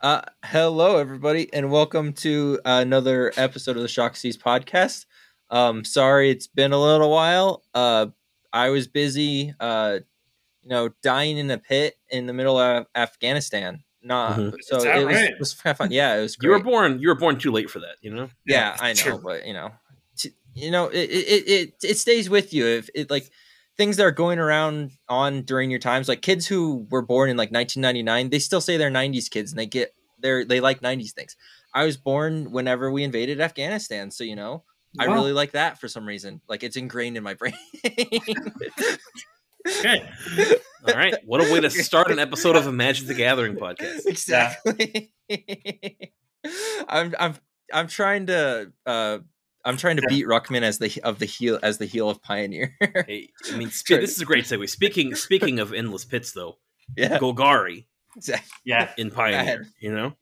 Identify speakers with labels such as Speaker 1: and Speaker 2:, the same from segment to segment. Speaker 1: Uh, hello, everybody, and welcome to another episode of the Shock Seas podcast. Um, sorry, it's been a little while. Uh, I was busy, uh, you know, dying in a pit in the middle of Afghanistan. Not
Speaker 2: Mhm.
Speaker 1: so
Speaker 3: Is
Speaker 1: it
Speaker 3: that
Speaker 1: was,
Speaker 3: right?
Speaker 1: it was kind of fun. Yeah, it was. Great.
Speaker 2: You were born. You were born too late for that. You know.
Speaker 1: yeah,
Speaker 3: Yeah,
Speaker 1: i know
Speaker 3: true.
Speaker 1: but you know t- you know it, it it it stays with you if it like things that are going around on during your times like kids who were born in like 1999 they still say they're 90s kids and they get they're they like 90s things i was born whenever we invaded afghanistan so you know i
Speaker 3: Wow.
Speaker 1: really like that for some reason like it's ingrained in my brain
Speaker 3: Okay.
Speaker 2: All right. What a way to start an episode of Imagine the Gathering podcast.
Speaker 1: exactly i'm i'm i'm trying to uh i'm trying to
Speaker 3: Yeah.
Speaker 1: beat ruckman as the of the heel as the heel of pioneer
Speaker 2: Hey, I mean, spe- this is a great segue. Speaking speaking of endless pits, though,
Speaker 1: yeah
Speaker 2: Golgari
Speaker 1: exactly.
Speaker 3: Yeah.
Speaker 2: in Pioneer. You know.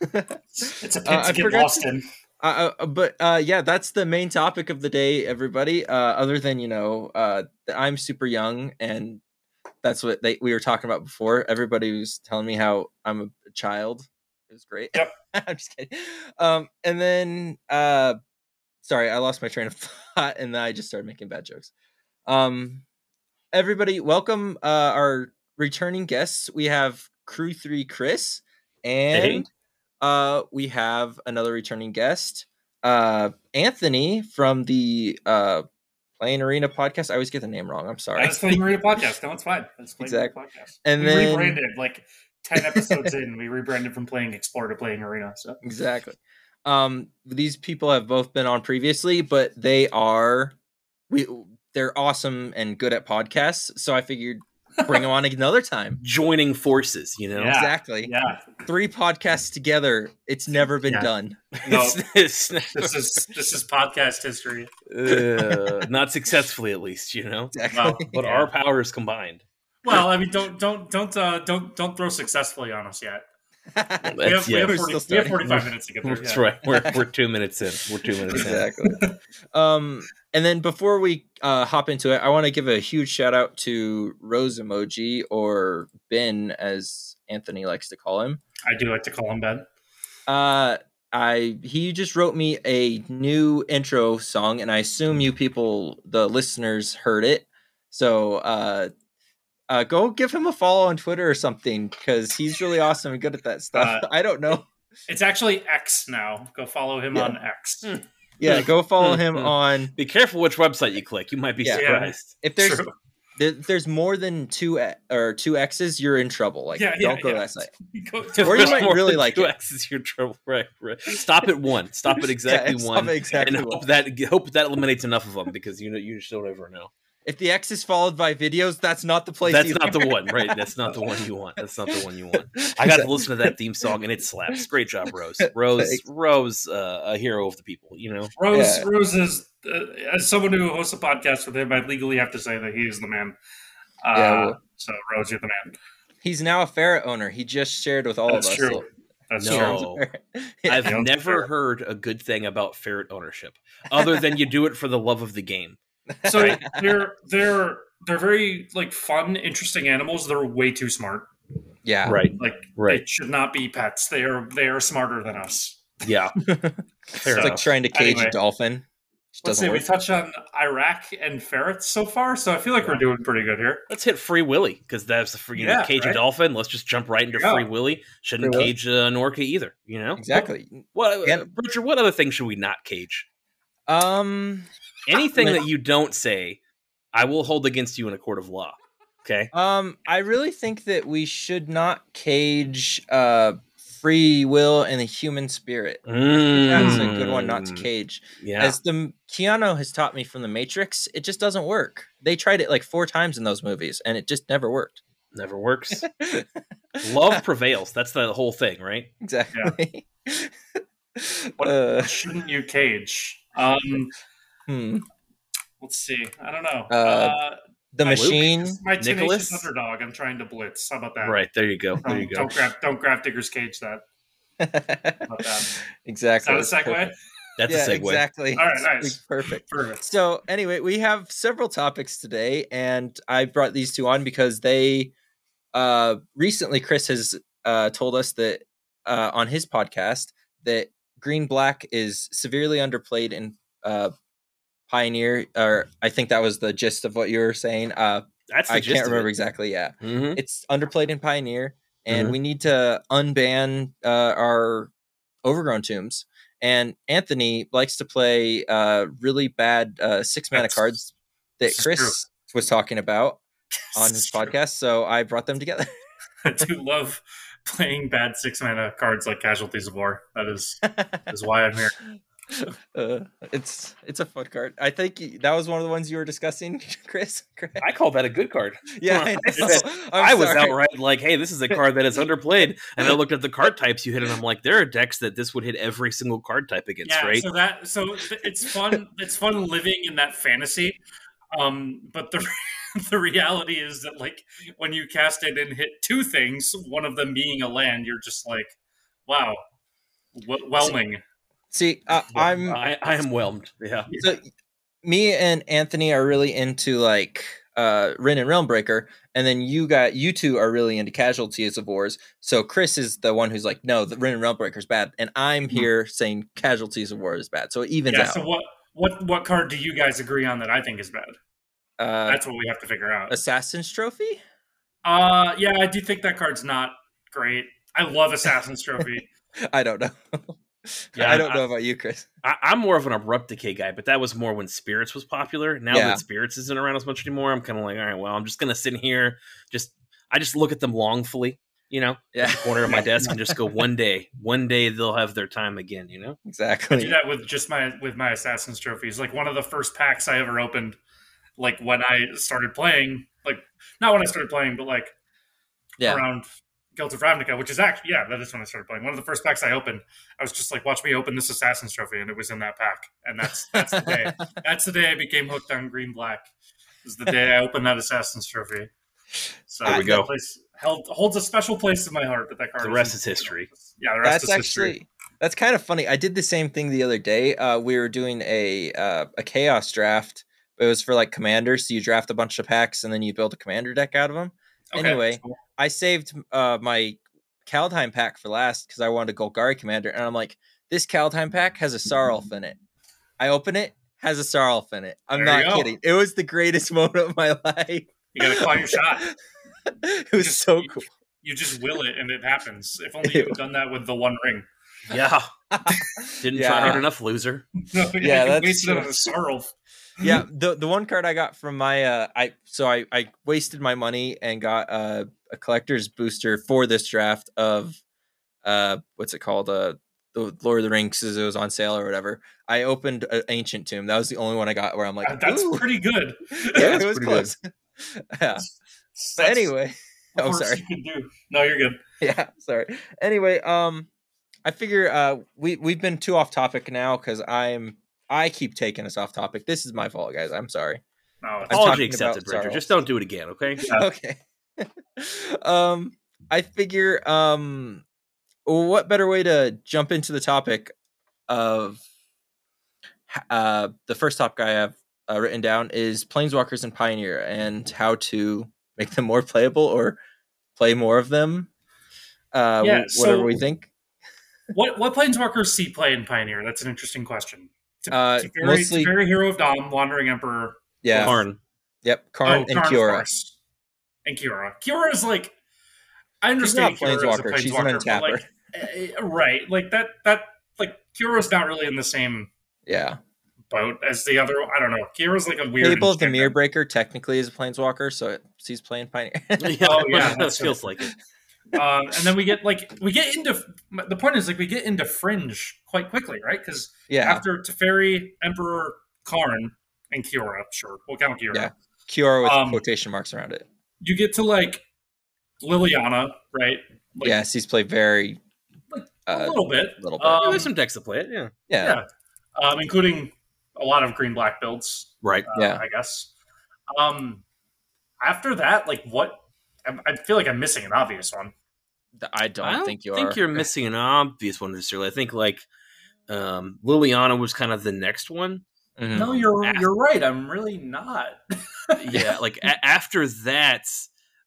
Speaker 3: It's a pit
Speaker 1: Uh, I
Speaker 3: to get
Speaker 1: forgot
Speaker 3: lost
Speaker 1: to-
Speaker 3: in.
Speaker 1: Uh, uh, but uh, yeah, that's the main topic of the day, everybody. Uh, other than you know, uh, that I'm super young, and that's what they, we were talking about before. Everybody was telling me how I'm a child. It was great.
Speaker 3: Yep.
Speaker 1: I'm just kidding. Um, and then, uh, sorry, I lost my train of thought, and then I just started making bad jokes. Um, everybody, welcome uh, our returning guests. We have Crew Three, Chris, and uh, we have another returning guest, uh, Anthony from the uh, Playing Arena podcast. I always get the name wrong. I'm sorry.
Speaker 3: That's playing Marina podcast. No, it's fine. That's playing
Speaker 1: Exactly.
Speaker 3: Marina podcast.
Speaker 1: And
Speaker 3: we
Speaker 1: then-
Speaker 3: rebranded like ten episodes in. We rebranded from playing Explorer to playing Arena. So
Speaker 1: Exactly. Um, these people have both been on previously, but they are we they're awesome and good at podcasts. So I figured bring them on another time.
Speaker 2: Joining forces. You know.
Speaker 3: Yeah.
Speaker 1: Exactly.
Speaker 3: yeah,
Speaker 1: Three podcasts together. It's never been
Speaker 3: Yeah.
Speaker 1: done.
Speaker 3: no,
Speaker 2: It's-
Speaker 3: this is this is podcast history.
Speaker 2: uh, not successfully, at least. You know.
Speaker 1: Exactly.
Speaker 3: Wow.
Speaker 2: But our powers combined.
Speaker 3: Well, I mean, don't don't don't uh, don't don't throw successfully on us yet. We have,
Speaker 2: That's- yeah.
Speaker 3: we,
Speaker 1: We're
Speaker 3: have 40,
Speaker 1: still
Speaker 3: we have
Speaker 1: starting.
Speaker 3: forty-five minutes to get there.
Speaker 2: That's
Speaker 3: yeah.
Speaker 2: right. We're, we're two minutes in. We're two minutes in.
Speaker 1: exactly um and then before we uh hop into it i want to give a huge shout out to rose emoji or ben as anthony likes to call him
Speaker 3: I do like to call him Ben.
Speaker 1: uh i he just wrote me a new intro song and i assume you people the listeners heard it so uh uh, go give him a follow on Twitter or something because he's really awesome and good at that stuff.
Speaker 3: Uh,
Speaker 1: I don't know.
Speaker 3: It's actually X now. Go follow him
Speaker 1: Yeah.
Speaker 3: on X.
Speaker 2: Hmm.
Speaker 1: Yeah, go follow
Speaker 2: mm,
Speaker 1: him
Speaker 2: mm.
Speaker 1: on
Speaker 2: Be careful which website you click. You might be
Speaker 1: Yeah.
Speaker 2: surprised.
Speaker 1: if there's
Speaker 3: True.
Speaker 1: there, there's more than two e- or two X's, you're in trouble. Like,
Speaker 3: Yeah, yeah,
Speaker 1: don't go
Speaker 3: yeah.
Speaker 1: to that site.
Speaker 3: Go-
Speaker 2: If
Speaker 1: Or you
Speaker 2: there's
Speaker 1: might
Speaker 2: more
Speaker 1: really
Speaker 2: than
Speaker 1: like
Speaker 2: two
Speaker 1: it.
Speaker 2: X's, you're in trouble. Right, right. Stop at one. Stop at exactly
Speaker 1: Yeah, it's
Speaker 2: one.
Speaker 1: not exactly
Speaker 2: and
Speaker 1: one.
Speaker 2: hope that hope that eliminates enough of them because you know you just don't ever know.
Speaker 1: If the X is followed by videos, that's not the place.
Speaker 2: That's
Speaker 1: either.
Speaker 2: not the one, right? That's not the one you want. That's not the one you want. I got to listen to that theme song and it slaps. Great job, Rose. Rose,
Speaker 1: Thanks.
Speaker 2: Rose, uh, a hero of the people. You know,
Speaker 3: Rose,
Speaker 1: Yeah.
Speaker 3: Rose is uh, as someone who hosts a podcast with him, I legally have to say that he is the man. Uh,
Speaker 1: Yeah, well-
Speaker 3: so Rose, you're the man.
Speaker 1: He's now a Farrah owner. He just shared with all
Speaker 3: That's
Speaker 1: of us.
Speaker 3: true. That's
Speaker 2: No.
Speaker 3: true.
Speaker 1: Yeah.
Speaker 2: I've
Speaker 3: Yeah.
Speaker 2: never heard a good thing about ferret ownership, other than you do it for the love of the game.
Speaker 3: So they're they're they're very like fun, interesting animals. They're way too smart.
Speaker 1: Yeah.
Speaker 2: Right,
Speaker 3: Like they should not be pets. They are they are smarter than us.
Speaker 2: Yeah,
Speaker 3: So,
Speaker 1: It's like trying to cage
Speaker 3: Anyway.
Speaker 1: a dolphin. Just
Speaker 3: let's
Speaker 1: doesn't
Speaker 3: see. We
Speaker 1: work.
Speaker 3: touched on Iraq and ferrets so far, so I feel like we're
Speaker 2: Yeah.
Speaker 3: doing pretty good here.
Speaker 2: Let's hit Free Willy because that's the free, you know,
Speaker 3: Yeah,
Speaker 2: cage a
Speaker 3: right.
Speaker 2: dolphin. Let's just jump right into
Speaker 3: Yeah.
Speaker 2: Free Willy. Shouldn't
Speaker 1: Free Willy.
Speaker 2: cage uh, an orca either. You know
Speaker 1: Exactly.
Speaker 2: what, uh,
Speaker 1: Yeah.
Speaker 2: Richard? What other thing should we not cage?
Speaker 1: Um.
Speaker 2: Anything
Speaker 1: Like-
Speaker 2: that you don't say, I will hold against you in a court of law. Okay.
Speaker 1: Um. I really think that we should not cage uh free will and the human spirit. That's a good one not to
Speaker 3: Hmm.
Speaker 2: Mm.
Speaker 1: cage.
Speaker 2: Yeah.
Speaker 1: As the Keanu has taught me from The Matrix, it just doesn't work. They tried it like four times in those movies, and it just never worked.
Speaker 2: Never works. Love prevails. That's the whole thing, right?
Speaker 1: exactly.
Speaker 3: What-
Speaker 1: Uh,
Speaker 3: Shouldn't you cage? Um,
Speaker 1: hmm.
Speaker 3: let's see. I don't know.
Speaker 1: Uh,
Speaker 3: Uh,
Speaker 1: The
Speaker 3: Luke?
Speaker 1: machine.
Speaker 3: This is my
Speaker 2: Nicholas?
Speaker 3: tenacious underdog. I'm trying to blitz. How about that?
Speaker 2: Right. There you go. There
Speaker 1: Um,
Speaker 3: Don't,
Speaker 2: you go.
Speaker 3: don't grab. Don't grab Digger's cage. That. that? Is
Speaker 1: exactly.
Speaker 3: that a
Speaker 1: it's
Speaker 3: segue?
Speaker 1: perfect.
Speaker 2: That's
Speaker 1: yeah,
Speaker 2: a segue.
Speaker 1: exactly.
Speaker 3: All right,
Speaker 1: It's
Speaker 3: nice.
Speaker 1: Perfect.
Speaker 3: Perfect.
Speaker 1: So anyway, we have several topics today, and I brought these two on because they uh recently Chris has uh told us that uh, on his podcast that Green Black is severely underplayed in uh, Pioneer, or I think that was the gist of what you were saying. Uh,
Speaker 2: That's the
Speaker 1: I
Speaker 2: gist
Speaker 1: can't
Speaker 2: of
Speaker 1: remember
Speaker 2: it.
Speaker 1: exactly. Yeah,
Speaker 2: Mhm.
Speaker 1: it's underplayed in Pioneer, and
Speaker 3: Mm-hmm.
Speaker 2: Mhm.
Speaker 1: we need to unban uh, our overgrown tombs. And Anthony likes to play uh, really bad uh, six mana
Speaker 3: That's-
Speaker 1: cards that
Speaker 3: this is
Speaker 1: Chris was talking about on
Speaker 3: This
Speaker 1: his
Speaker 3: is true.
Speaker 1: podcast. So I brought them together.
Speaker 3: I do love playing bad six mana cards like Casualties of War. That is is why I'm here.
Speaker 1: uh, it's it's a fun card. I think y- that was one of the ones you were discussing, Chris. correct?
Speaker 2: I call that a good card.
Speaker 1: yeah, I,
Speaker 2: I
Speaker 1: know.
Speaker 2: said-
Speaker 1: I'm
Speaker 2: I was
Speaker 1: sorry.
Speaker 2: outright like, "Hey, this is a card that is underplayed," and I looked at the card types you hit, and I'm like, "There are decks that this would hit every single card type against,
Speaker 3: yeah,
Speaker 2: right?"
Speaker 3: so that so th- it's fun. It's fun living in that fantasy. Um, but the the reality is that like when you cast it and hit two things, one of them being a land, you're just like, wow, w- whelming.
Speaker 1: See, uh,
Speaker 2: Yeah,
Speaker 1: I'm
Speaker 2: I, I am whelmed. Yeah,
Speaker 1: so me and Anthony are really into like uh Rin and Realmbreaker, and then you got you two are really into casualties of wars. So Chris is the one who's like, no, the Rin and Realmbreaker is bad, and I'm
Speaker 3: Mhm.
Speaker 1: here saying casualties of war is bad. So it evens
Speaker 3: Yeah.
Speaker 1: out.
Speaker 3: So what what what card do you guys agree on that I think is bad?
Speaker 1: uh,
Speaker 3: That's what we have to figure out.
Speaker 1: Assassin's Trophy.
Speaker 3: Uh, yeah, I do think that card's not great. I love Assassin's Trophy.
Speaker 1: I don't know.
Speaker 2: Yeah,
Speaker 1: I don't
Speaker 2: I-
Speaker 1: know about you, Chris.
Speaker 2: I, I'm more of an abrupt decay guy, but that was more when Spirits was popular. Now
Speaker 1: Yeah.
Speaker 2: that Spirits isn't around as much anymore, I'm kind of like, all right, well, I'm just gonna sit in here. Just I just look at them longfully, you know,
Speaker 1: Yeah,
Speaker 2: corner of my desk, and just go, one day, one day they'll have their time again, you know.
Speaker 3: I
Speaker 1: exactly.
Speaker 3: do that with just my with my Assassin's trophies. Like one of the first packs I ever opened, like when I started playing, like not when I started playing, but like
Speaker 1: Yeah.
Speaker 3: around Guild of Ravnica, which is actually yeah, that is when I started playing. One of the first packs I opened, I was just like, watch me open this Assassin's trophy, and it was in that pack. And that's that's the day. that's the day I became hooked on Green Black. Is the day I opened that Assassin's trophy. So
Speaker 1: There
Speaker 2: we go.
Speaker 3: That place held, holds a special place in my heart, but that card
Speaker 2: The rest
Speaker 3: isn't-
Speaker 2: is history.
Speaker 3: Yeah, the rest
Speaker 1: that's
Speaker 3: is history.
Speaker 1: actually that's kind of funny. I did the same thing the other day. Uh, we were doing a uh, a chaos draft, but it was for like commanders. So you draft a bunch of packs and then you build a commander deck out of them. anyway,
Speaker 3: cool.
Speaker 1: I saved uh, my Kaldheim pack for last because I wanted a Golgari commander, and I'm like, this Kaldheim pack has a Sarlf in it. I open it, has a Sarlf in it. I'm
Speaker 3: There you
Speaker 1: not
Speaker 3: go.
Speaker 1: kidding. It was the greatest moment of my life.
Speaker 3: you gotta call your shot.
Speaker 1: it was
Speaker 3: Just-
Speaker 1: so cool.
Speaker 3: You just will it and it happens. If only you
Speaker 1: Ew.
Speaker 3: had done that with the one ring.
Speaker 2: Yeah, didn't try
Speaker 1: Yeah.
Speaker 2: hard enough, loser.
Speaker 3: No,
Speaker 1: Yeah,
Speaker 3: you
Speaker 1: that's
Speaker 3: wasted it
Speaker 1: true.
Speaker 3: on a sorrel.
Speaker 1: yeah
Speaker 2: Mm-hmm.
Speaker 1: the the one card i got from my uh i so i i wasted my money and got uh, a collector's booster for this draft of uh what's it called uh the lord of the rings 'cause it was on sale or whatever i opened an ancient tomb that was the only one i got where i'm like
Speaker 3: Uh, that's
Speaker 1: "Ooh."
Speaker 3: pretty good.
Speaker 1: yeah
Speaker 2: that's
Speaker 1: it was
Speaker 2: pretty good.
Speaker 1: close yeah but
Speaker 3: That's
Speaker 1: anyway
Speaker 3: the
Speaker 1: oh,
Speaker 3: worst
Speaker 1: sorry.
Speaker 3: You can do. No, you're good.
Speaker 1: yeah sorry anyway um i figure uh we we've been too off topic now because i'm i keep taking us off topic this is my fault guys i'm sorry
Speaker 3: No, it's-
Speaker 2: Apology
Speaker 1: talking
Speaker 2: accepted,
Speaker 1: about
Speaker 2: Bridger.
Speaker 1: Sarlf.
Speaker 2: Just don't do it again, okay?
Speaker 1: okay. um, I figure, um, what better way to jump into the topic of h- uh, the first topic I have uh, written down is Planeswalkers and Pioneer and how to make them more playable or play more of them. Uh,
Speaker 3: Yeah,
Speaker 1: wh- whatever
Speaker 3: so-
Speaker 1: we think.
Speaker 3: what what planeswalkers see play in Pioneer? That's an interesting question. To,
Speaker 1: Uh,
Speaker 3: to very,
Speaker 1: mostly-
Speaker 3: to very hero of Dom, Wandering Emperor,
Speaker 1: Yeah.
Speaker 2: Karn.
Speaker 1: Yep. Karn
Speaker 3: oh,
Speaker 1: and
Speaker 3: Karn, of
Speaker 1: Kiora.
Speaker 3: course. and Kiora. Kiora is like, I
Speaker 1: She's not
Speaker 3: understand
Speaker 1: a
Speaker 3: Kiora is a
Speaker 1: planeswalker. She's an
Speaker 3: planeswalker, but, like, eh, right? Like that. That like Kiora's not really in the same
Speaker 1: Yeah.
Speaker 3: boat as the other. I don't know. Kira's like a weird.
Speaker 1: Fable of the
Speaker 3: enchantment.
Speaker 1: Mirror Breaker technically is a Planeswalker, so it, she's playing Pioneer.
Speaker 2: Yeah,
Speaker 3: Oh, yeah,
Speaker 2: that
Speaker 3: that's
Speaker 2: feels like it.
Speaker 3: Um, and then we get like we get into the point is like we get into Fringe quite quickly, right? Because
Speaker 1: yeah.
Speaker 3: after Teferi, Emperor, Karn, and Kiora, sure, we'll count Kiora.
Speaker 1: Yeah. Kiora with
Speaker 3: Um,
Speaker 1: quotation marks around it.
Speaker 3: You get to like Liliana, right? Like,
Speaker 1: yes, he's played very
Speaker 3: Like, a
Speaker 1: uh,
Speaker 3: little bit,
Speaker 1: little bit.
Speaker 3: uh,
Speaker 2: Yeah, there's some decks to play it. Yeah,
Speaker 1: yeah,
Speaker 3: yeah. um, including a lot of green black builds,
Speaker 2: right.
Speaker 3: uh,
Speaker 1: Yeah.
Speaker 3: I guess. Um, after that, like what? I, I feel like I'm missing an obvious one.
Speaker 1: Th- I don't,
Speaker 2: I don't
Speaker 1: think you are.
Speaker 2: think you're missing an obvious one necessarily. I think like um, Liliana was kind of the next one.
Speaker 1: Mhm.
Speaker 3: No, you're
Speaker 2: Ah.
Speaker 3: you're right. I'm really not.
Speaker 2: Yeah, like a- after that,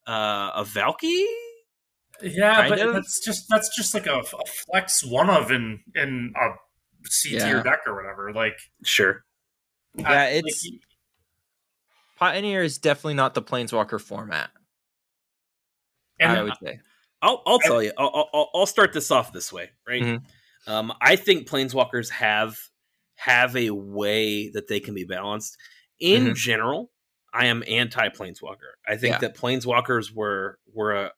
Speaker 2: uh, a Valky.
Speaker 3: Yeah,
Speaker 1: Kind
Speaker 3: but
Speaker 1: of.
Speaker 3: that's just that's just like a, a flex one of in in a C tier
Speaker 1: Yeah.
Speaker 3: deck or whatever. Like
Speaker 2: Sure.
Speaker 1: Yeah,
Speaker 3: I-
Speaker 1: it's-
Speaker 3: like,
Speaker 1: Pioneer is definitely not the Planeswalker format. I
Speaker 3: and
Speaker 1: would say.
Speaker 2: I'll, I'll tell you. I'll, I'll, I'll start this off this way, right?
Speaker 1: Mhm.
Speaker 2: Um, I think planeswalkers have have a way that they can be balanced. In
Speaker 1: Mhm.
Speaker 2: general, I am anti planeswalker. I think
Speaker 1: Yeah.
Speaker 2: that planeswalkers were were a,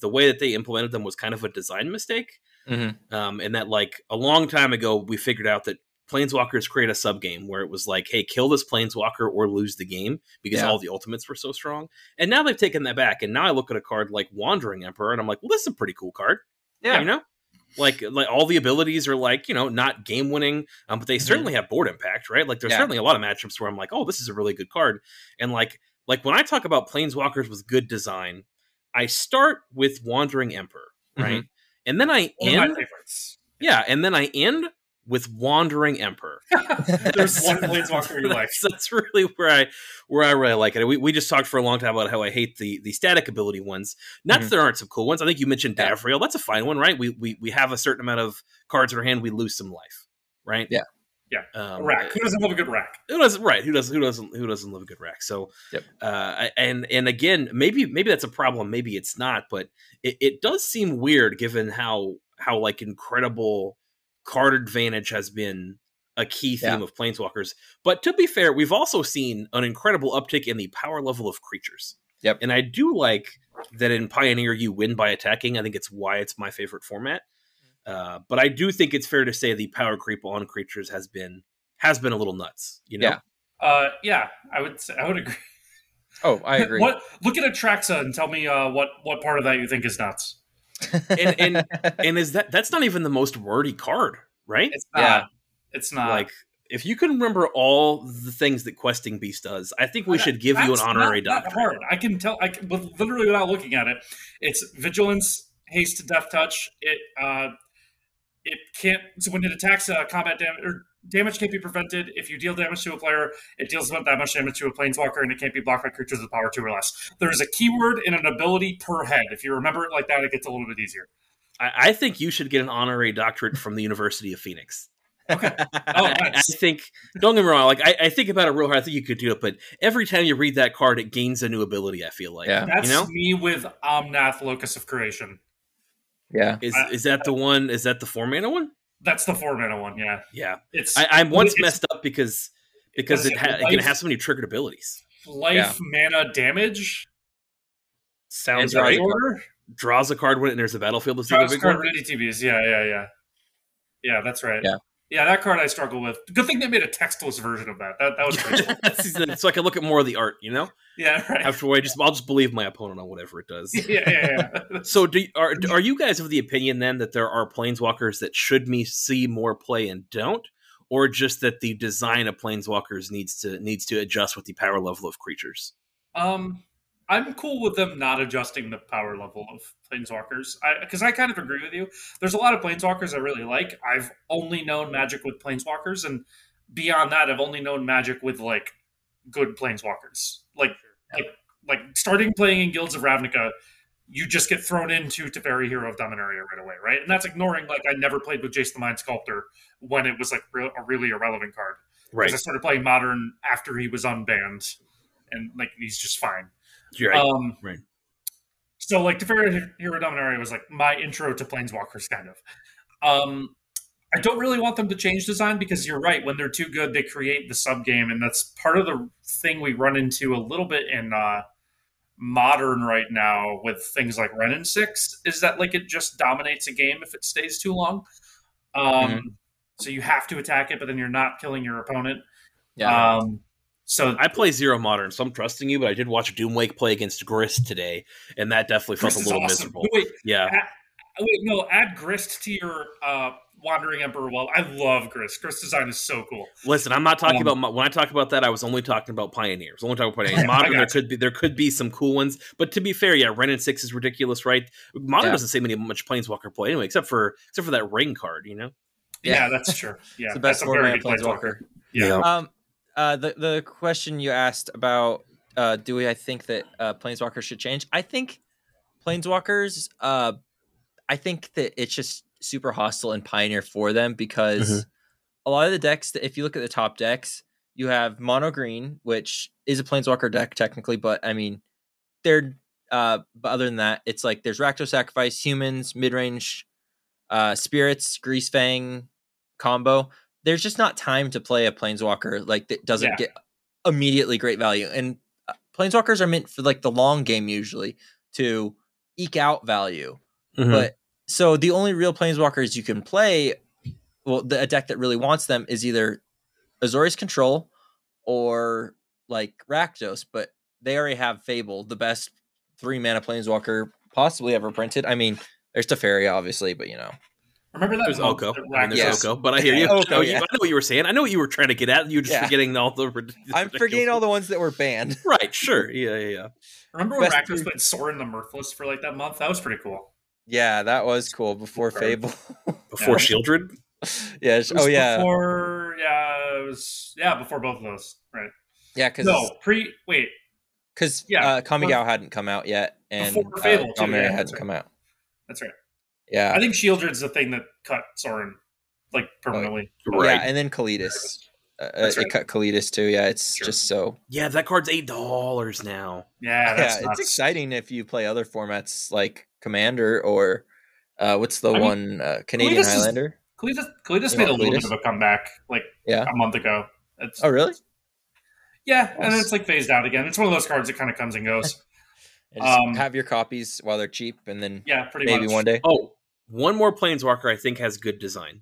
Speaker 2: the way that they implemented them was kind of a design mistake,
Speaker 1: Mhm.
Speaker 2: um, and that like a long time ago we figured out that planeswalkers create a subgame where it was like, hey, kill this planeswalker or lose the game because
Speaker 1: Yeah.
Speaker 2: all the ultimates were so strong. And now they've taken that back, and now I look at a card like Wandering Emperor, and I'm like, well, this is a pretty cool card.
Speaker 1: Yeah.
Speaker 2: you know, like like all the abilities are like you know not game winning, um, but
Speaker 1: Mhm.
Speaker 2: they
Speaker 3: Mm-hmm.
Speaker 2: certainly have board impact, right? Like there's
Speaker 1: Yeah.
Speaker 2: certainly a lot of matchups where I'm like, oh, this is a really good card, and like like when I talk about planeswalkers with good design, I start with Wandering Emperor, right, and then I
Speaker 3: Mm-hmm. one of my
Speaker 2: end
Speaker 3: favorites.
Speaker 2: yeah, and then I end with Wandering Emperor.
Speaker 3: There's one planeswalker in your life.
Speaker 2: That's, that's really where I where I really like it. We, we just talked for a long time about how I hate the the static ability ones. Not that there aren't some cool ones. I think you mentioned
Speaker 1: Yeah.
Speaker 2: Davriel. That's a fine one, right? We, we we have a certain amount of cards in our hand. We lose some life, right?
Speaker 1: Yeah.
Speaker 3: Yeah.
Speaker 2: Um,
Speaker 3: Rack. Who doesn't love a good rack?
Speaker 2: who doesn't right who doesn't who doesn't who doesn't love a good rack so
Speaker 1: Yep.
Speaker 2: uh I- and and again maybe maybe that's a problem maybe it's not but it, it does seem weird given how how like incredible card advantage has been a key theme of planeswalkers but to be fair we've also seen an incredible uptick in the power level of creatures
Speaker 1: Yep.
Speaker 2: and i do like that in pioneer you win by attacking i think it's why it's my favorite format
Speaker 1: Mm.
Speaker 2: uh, but i do think it's fair to say the power creep on creatures has been has been a little nuts you know
Speaker 1: Yeah.
Speaker 3: Uh, yeah, I would say, I would agree.
Speaker 1: Oh, I agree.
Speaker 3: What look at Atraxa and tell me uh, what what part of that you think is nuts.
Speaker 2: and and and is that that's not even the most wordy card, right?
Speaker 3: It's not.
Speaker 1: Yeah.
Speaker 3: It's not
Speaker 2: like if you can remember all the things that questing beast does, I think we
Speaker 3: That-
Speaker 2: should give you an
Speaker 3: that's
Speaker 2: honorary
Speaker 3: not that
Speaker 2: doctorate.
Speaker 3: hard. I can tell. I can, with literally without looking at it, it's vigilance, haste, death touch. It uh, it can't. So when it attacks, uh, combat damage or damage can't be prevented. If you deal damage to a player, it deals about that much damage to a planeswalker, and it can't be blocked by creatures with power two or less. There is a keyword and an ability per head. If you remember it like that, it gets a little bit easier.
Speaker 2: I, I think you should get an honorary doctorate from the University of Phoenix.
Speaker 3: Oh,
Speaker 2: I, I
Speaker 3: nice.
Speaker 2: think don't get me wrong, like I, I think about it real hard. I think you could do it, but every time you read that card, it gains a new ability. I feel like
Speaker 1: Yeah.
Speaker 3: That's
Speaker 2: you know.
Speaker 3: me with Omnath, Locus of Creation.
Speaker 1: yeah.
Speaker 2: Is,
Speaker 3: I-
Speaker 2: is that the one? Is that the four mana one?
Speaker 3: That's the four mana one. Yeah,
Speaker 2: Yeah,
Speaker 3: it's
Speaker 2: I, I'm once
Speaker 3: It's-
Speaker 2: messed up because because it,
Speaker 3: does it
Speaker 2: ha- it can
Speaker 3: life-
Speaker 2: have so many triggered abilities.
Speaker 3: life mana damage.
Speaker 1: It's
Speaker 2: Sounds right.
Speaker 1: Right.
Speaker 3: Order.
Speaker 2: Draws a card when it enters the battlefield. Is the
Speaker 3: Travis
Speaker 2: big
Speaker 3: card
Speaker 2: one?
Speaker 3: with ATVs. Yeah, yeah, yeah. Yeah, that's right.
Speaker 1: Yeah.
Speaker 3: Yeah, that card I struggle with. Good thing they made a textless version of that. That that was pretty cool.
Speaker 2: so I can look at more of the art, you know.
Speaker 3: Yeah, right.
Speaker 2: After I just, I'll just believe my opponent on whatever it does.
Speaker 3: yeah, yeah, yeah.
Speaker 2: So, do are are you guys of the opinion then that there are planeswalkers that should me see more play and don't, or just that the design of planeswalkers needs to needs to adjust with the power level of creatures?
Speaker 3: Um, I'm cool with them not adjusting the power level of planeswalkers. I because I kind of agree with you. There's a lot of planeswalkers I really like. I've only known magic with planeswalkers, and beyond that, I've only known magic with like good planeswalkers. Like like like starting playing in Guilds of Ravnica, you just get thrown into Teferi Hero of Dominaria right away, right? And that's ignoring like I never played with Jace the Mind Sculptor when it was like real, a really irrelevant card.
Speaker 2: Right.
Speaker 3: I started playing Modern after he was unbanned, and like he's just fine.
Speaker 2: You're right.
Speaker 3: Um,
Speaker 2: Right.
Speaker 3: So like Teferi Hero Dominaria was like my intro to Planeswalkers, kind of. Um, I don't really want them to change design because you're right. When they're too good, they create the sub game, and that's part of the thing we run into a little bit in uh, modern right now with things like Ren and Six. Is that like it just dominates a game if it stays too long? Um,
Speaker 2: Mm-hmm.
Speaker 3: So you have to attack it, but then you're not killing your opponent.
Speaker 1: Yeah.
Speaker 3: Um, so
Speaker 2: I play zero modern, so I'm trusting you. But I did watch Doomwake play against Grist today, and that definitely felt
Speaker 3: Chris
Speaker 2: a
Speaker 3: is
Speaker 2: little
Speaker 3: awesome.
Speaker 2: miserable.
Speaker 3: Wait, oh,
Speaker 2: Yeah,
Speaker 3: Wait, no, add Grist to your uh, Wandering Emperor Well, I love Grist. Grist design is so cool.
Speaker 2: Listen, I'm not talking
Speaker 3: Um,
Speaker 2: about my, when I talk about that. I was only talking about pioneers. Only talking about pioneers.
Speaker 3: Yeah, I
Speaker 2: Modern, there
Speaker 3: gotcha.
Speaker 2: could be there could be some cool ones, but to be fair, yeah, Ren and Six is ridiculous, right? Modern
Speaker 1: Yeah.
Speaker 2: doesn't say many much planeswalker play anyway, except for except for that ring card, you know.
Speaker 3: Yeah,
Speaker 1: Yeah.
Speaker 3: that's true. Yeah,
Speaker 1: it's the best
Speaker 3: that's
Speaker 1: four man
Speaker 3: planeswalker.
Speaker 1: planeswalker.
Speaker 3: Yeah.
Speaker 1: Um, uh, the the question you asked about uh, do we I think that uh, planeswalkers should change? I think planeswalkers uh i think that it's just super hostile and pioneer for them because a lot of the decks that if you look at the top decks you have mono green which is a planeswalker deck technically but i mean they're uh but other than that it's like there's Rakdos sacrifice humans mid-range uh spirits grease fang combo there's just not time to play a planeswalker like that doesn't
Speaker 3: Yeah.
Speaker 1: get immediately great value and uh, planeswalkers are meant for like the long game usually to eke out value
Speaker 2: Mm-hmm.
Speaker 1: But- so the only real planeswalkers you can play, well, the, a deck that really wants them is either Azorius Control or like Rakdos, but they already have Fable, the best three mana planeswalker possibly ever printed. I mean, there's Teferi, obviously, but you know.
Speaker 3: Remember that?
Speaker 2: There's
Speaker 3: monk
Speaker 2: Oko.
Speaker 3: that
Speaker 2: I mean,
Speaker 3: racked
Speaker 2: there's
Speaker 1: Yes.
Speaker 3: us?
Speaker 2: Oko, but I hear you.
Speaker 1: Oko,
Speaker 2: No, you-
Speaker 1: yeah.
Speaker 2: I know what you were saying. I know what you were trying to get at. You're just
Speaker 1: Yeah.
Speaker 2: forgetting all the. rid-
Speaker 1: I'm forgetting all the ones that were banned.
Speaker 2: Right, sure. Yeah, yeah, yeah.
Speaker 3: Remember when
Speaker 1: Best-
Speaker 3: Rakdos played Soren the Mirthless for like that month? That was pretty cool.
Speaker 1: Yeah, that was cool before Fable.
Speaker 2: Before
Speaker 3: Yeah.
Speaker 2: Shieldred?
Speaker 1: yeah.
Speaker 3: It was
Speaker 1: Oh yeah.
Speaker 3: Before, yeah, it was yeah before both of those, right?
Speaker 1: yeah, because
Speaker 3: No, pre wait
Speaker 1: because
Speaker 3: yeah,
Speaker 1: uh, Kamigao hadn't come out yet, and
Speaker 3: Before
Speaker 1: uh,
Speaker 3: Fable, too,
Speaker 1: Dominaria
Speaker 3: yeah, that's
Speaker 1: hadn't
Speaker 3: right.
Speaker 1: come out.
Speaker 3: That's right.
Speaker 1: Yeah.
Speaker 3: I think Shieldred's the thing that cut Soren
Speaker 1: Oh,
Speaker 3: like permanently.
Speaker 1: Yeah,
Speaker 2: Right.
Speaker 1: and then Kalidas. Uh,
Speaker 3: That's
Speaker 1: It
Speaker 3: right.
Speaker 1: cut Kalidas too. Yeah, it's
Speaker 3: Sure.
Speaker 1: just so.
Speaker 2: Yeah, that card's $8 now.
Speaker 3: Yeah,
Speaker 1: Yeah,
Speaker 3: that's
Speaker 1: it's
Speaker 3: nuts.
Speaker 1: exciting if you play other formats like Commander or uh, what's the
Speaker 3: I mean,
Speaker 1: one uh, Canadian
Speaker 3: Kalidas is-
Speaker 1: Highlander?
Speaker 3: Kalidas, Kalidas
Speaker 1: You
Speaker 3: made
Speaker 1: know,
Speaker 3: a little
Speaker 1: Kalidas?
Speaker 3: bit of a comeback like
Speaker 1: Yeah.
Speaker 3: a month ago. It's,
Speaker 1: Oh, really?
Speaker 3: yeah, and
Speaker 1: Nice.
Speaker 3: it's like phased out again. It's one of those cards that kind of comes and goes.
Speaker 1: And just
Speaker 3: Um,
Speaker 1: have your copies while they're cheap, and then
Speaker 3: Yeah, pretty
Speaker 1: maybe
Speaker 3: much.
Speaker 1: one day.
Speaker 2: Oh, one more Planeswalker I think has good design,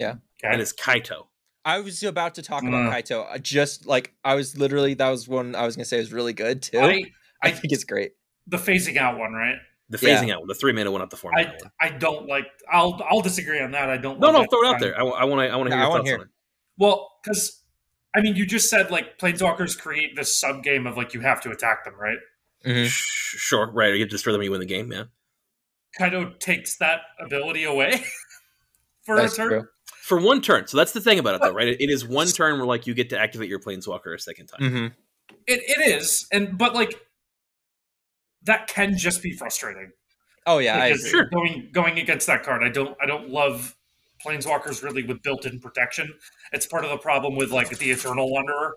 Speaker 3: Okay.
Speaker 2: and it's Kaito.
Speaker 1: I was about to talk about
Speaker 3: Mm.
Speaker 1: Kaito. I Just like I was literally that was one I was gonna say was really good too. I,
Speaker 3: I, I-
Speaker 1: think it's great.
Speaker 3: the phasing out one, right?
Speaker 2: The
Speaker 1: Yeah.
Speaker 2: phasing out one, the three mana one, not the four mana
Speaker 3: I
Speaker 2: one.
Speaker 3: I don't like. I'll I'll disagree on that. I don't.
Speaker 2: No,
Speaker 3: like
Speaker 2: no,
Speaker 3: that
Speaker 2: throw it out
Speaker 3: design.
Speaker 2: there. I, want to. I want
Speaker 1: No,
Speaker 2: to hear
Speaker 1: I
Speaker 2: your
Speaker 1: wanna
Speaker 2: thoughts
Speaker 1: hear
Speaker 2: on it.
Speaker 3: Well, because I mean, you just said like planeswalkers create this sub game of like you have to attack them, right?
Speaker 1: Mhm.
Speaker 2: Sh- Sure, right. You destroy them, you win the game. Yeah,
Speaker 3: Kaido takes that ability away for
Speaker 1: That's
Speaker 3: a turn.
Speaker 1: true.
Speaker 2: for one turn. So that's the thing about it, though, right? It, it is one turn where like you get to activate your Planeswalker a second time.
Speaker 1: Mhm.
Speaker 3: It it is, and but like that can just be frustrating.
Speaker 1: Oh yeah, I
Speaker 3: Because
Speaker 1: agree.
Speaker 2: Sure.
Speaker 3: going going against that card, I don't I don't love planeswalkers really with built-in protection. It's part of the problem with like the Eternal Wanderer.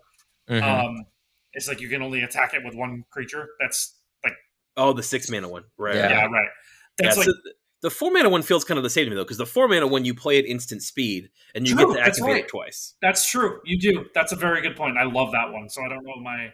Speaker 1: Mhm.
Speaker 3: Um, it's like you can only attack it with one creature. That's like
Speaker 2: Oh, the six mana one, right?
Speaker 1: Yeah.
Speaker 3: yeah,
Speaker 2: yeah.
Speaker 3: right. That's
Speaker 2: Yeah,
Speaker 3: like
Speaker 2: so th- the four mana one feels kind of the same to me though, because the four mana one you play at instant speed and you
Speaker 3: True,
Speaker 2: get to
Speaker 3: that's
Speaker 2: activate it
Speaker 3: right.
Speaker 2: twice.
Speaker 3: That's true. You do. That's a very good point. I love that one. So I don't know my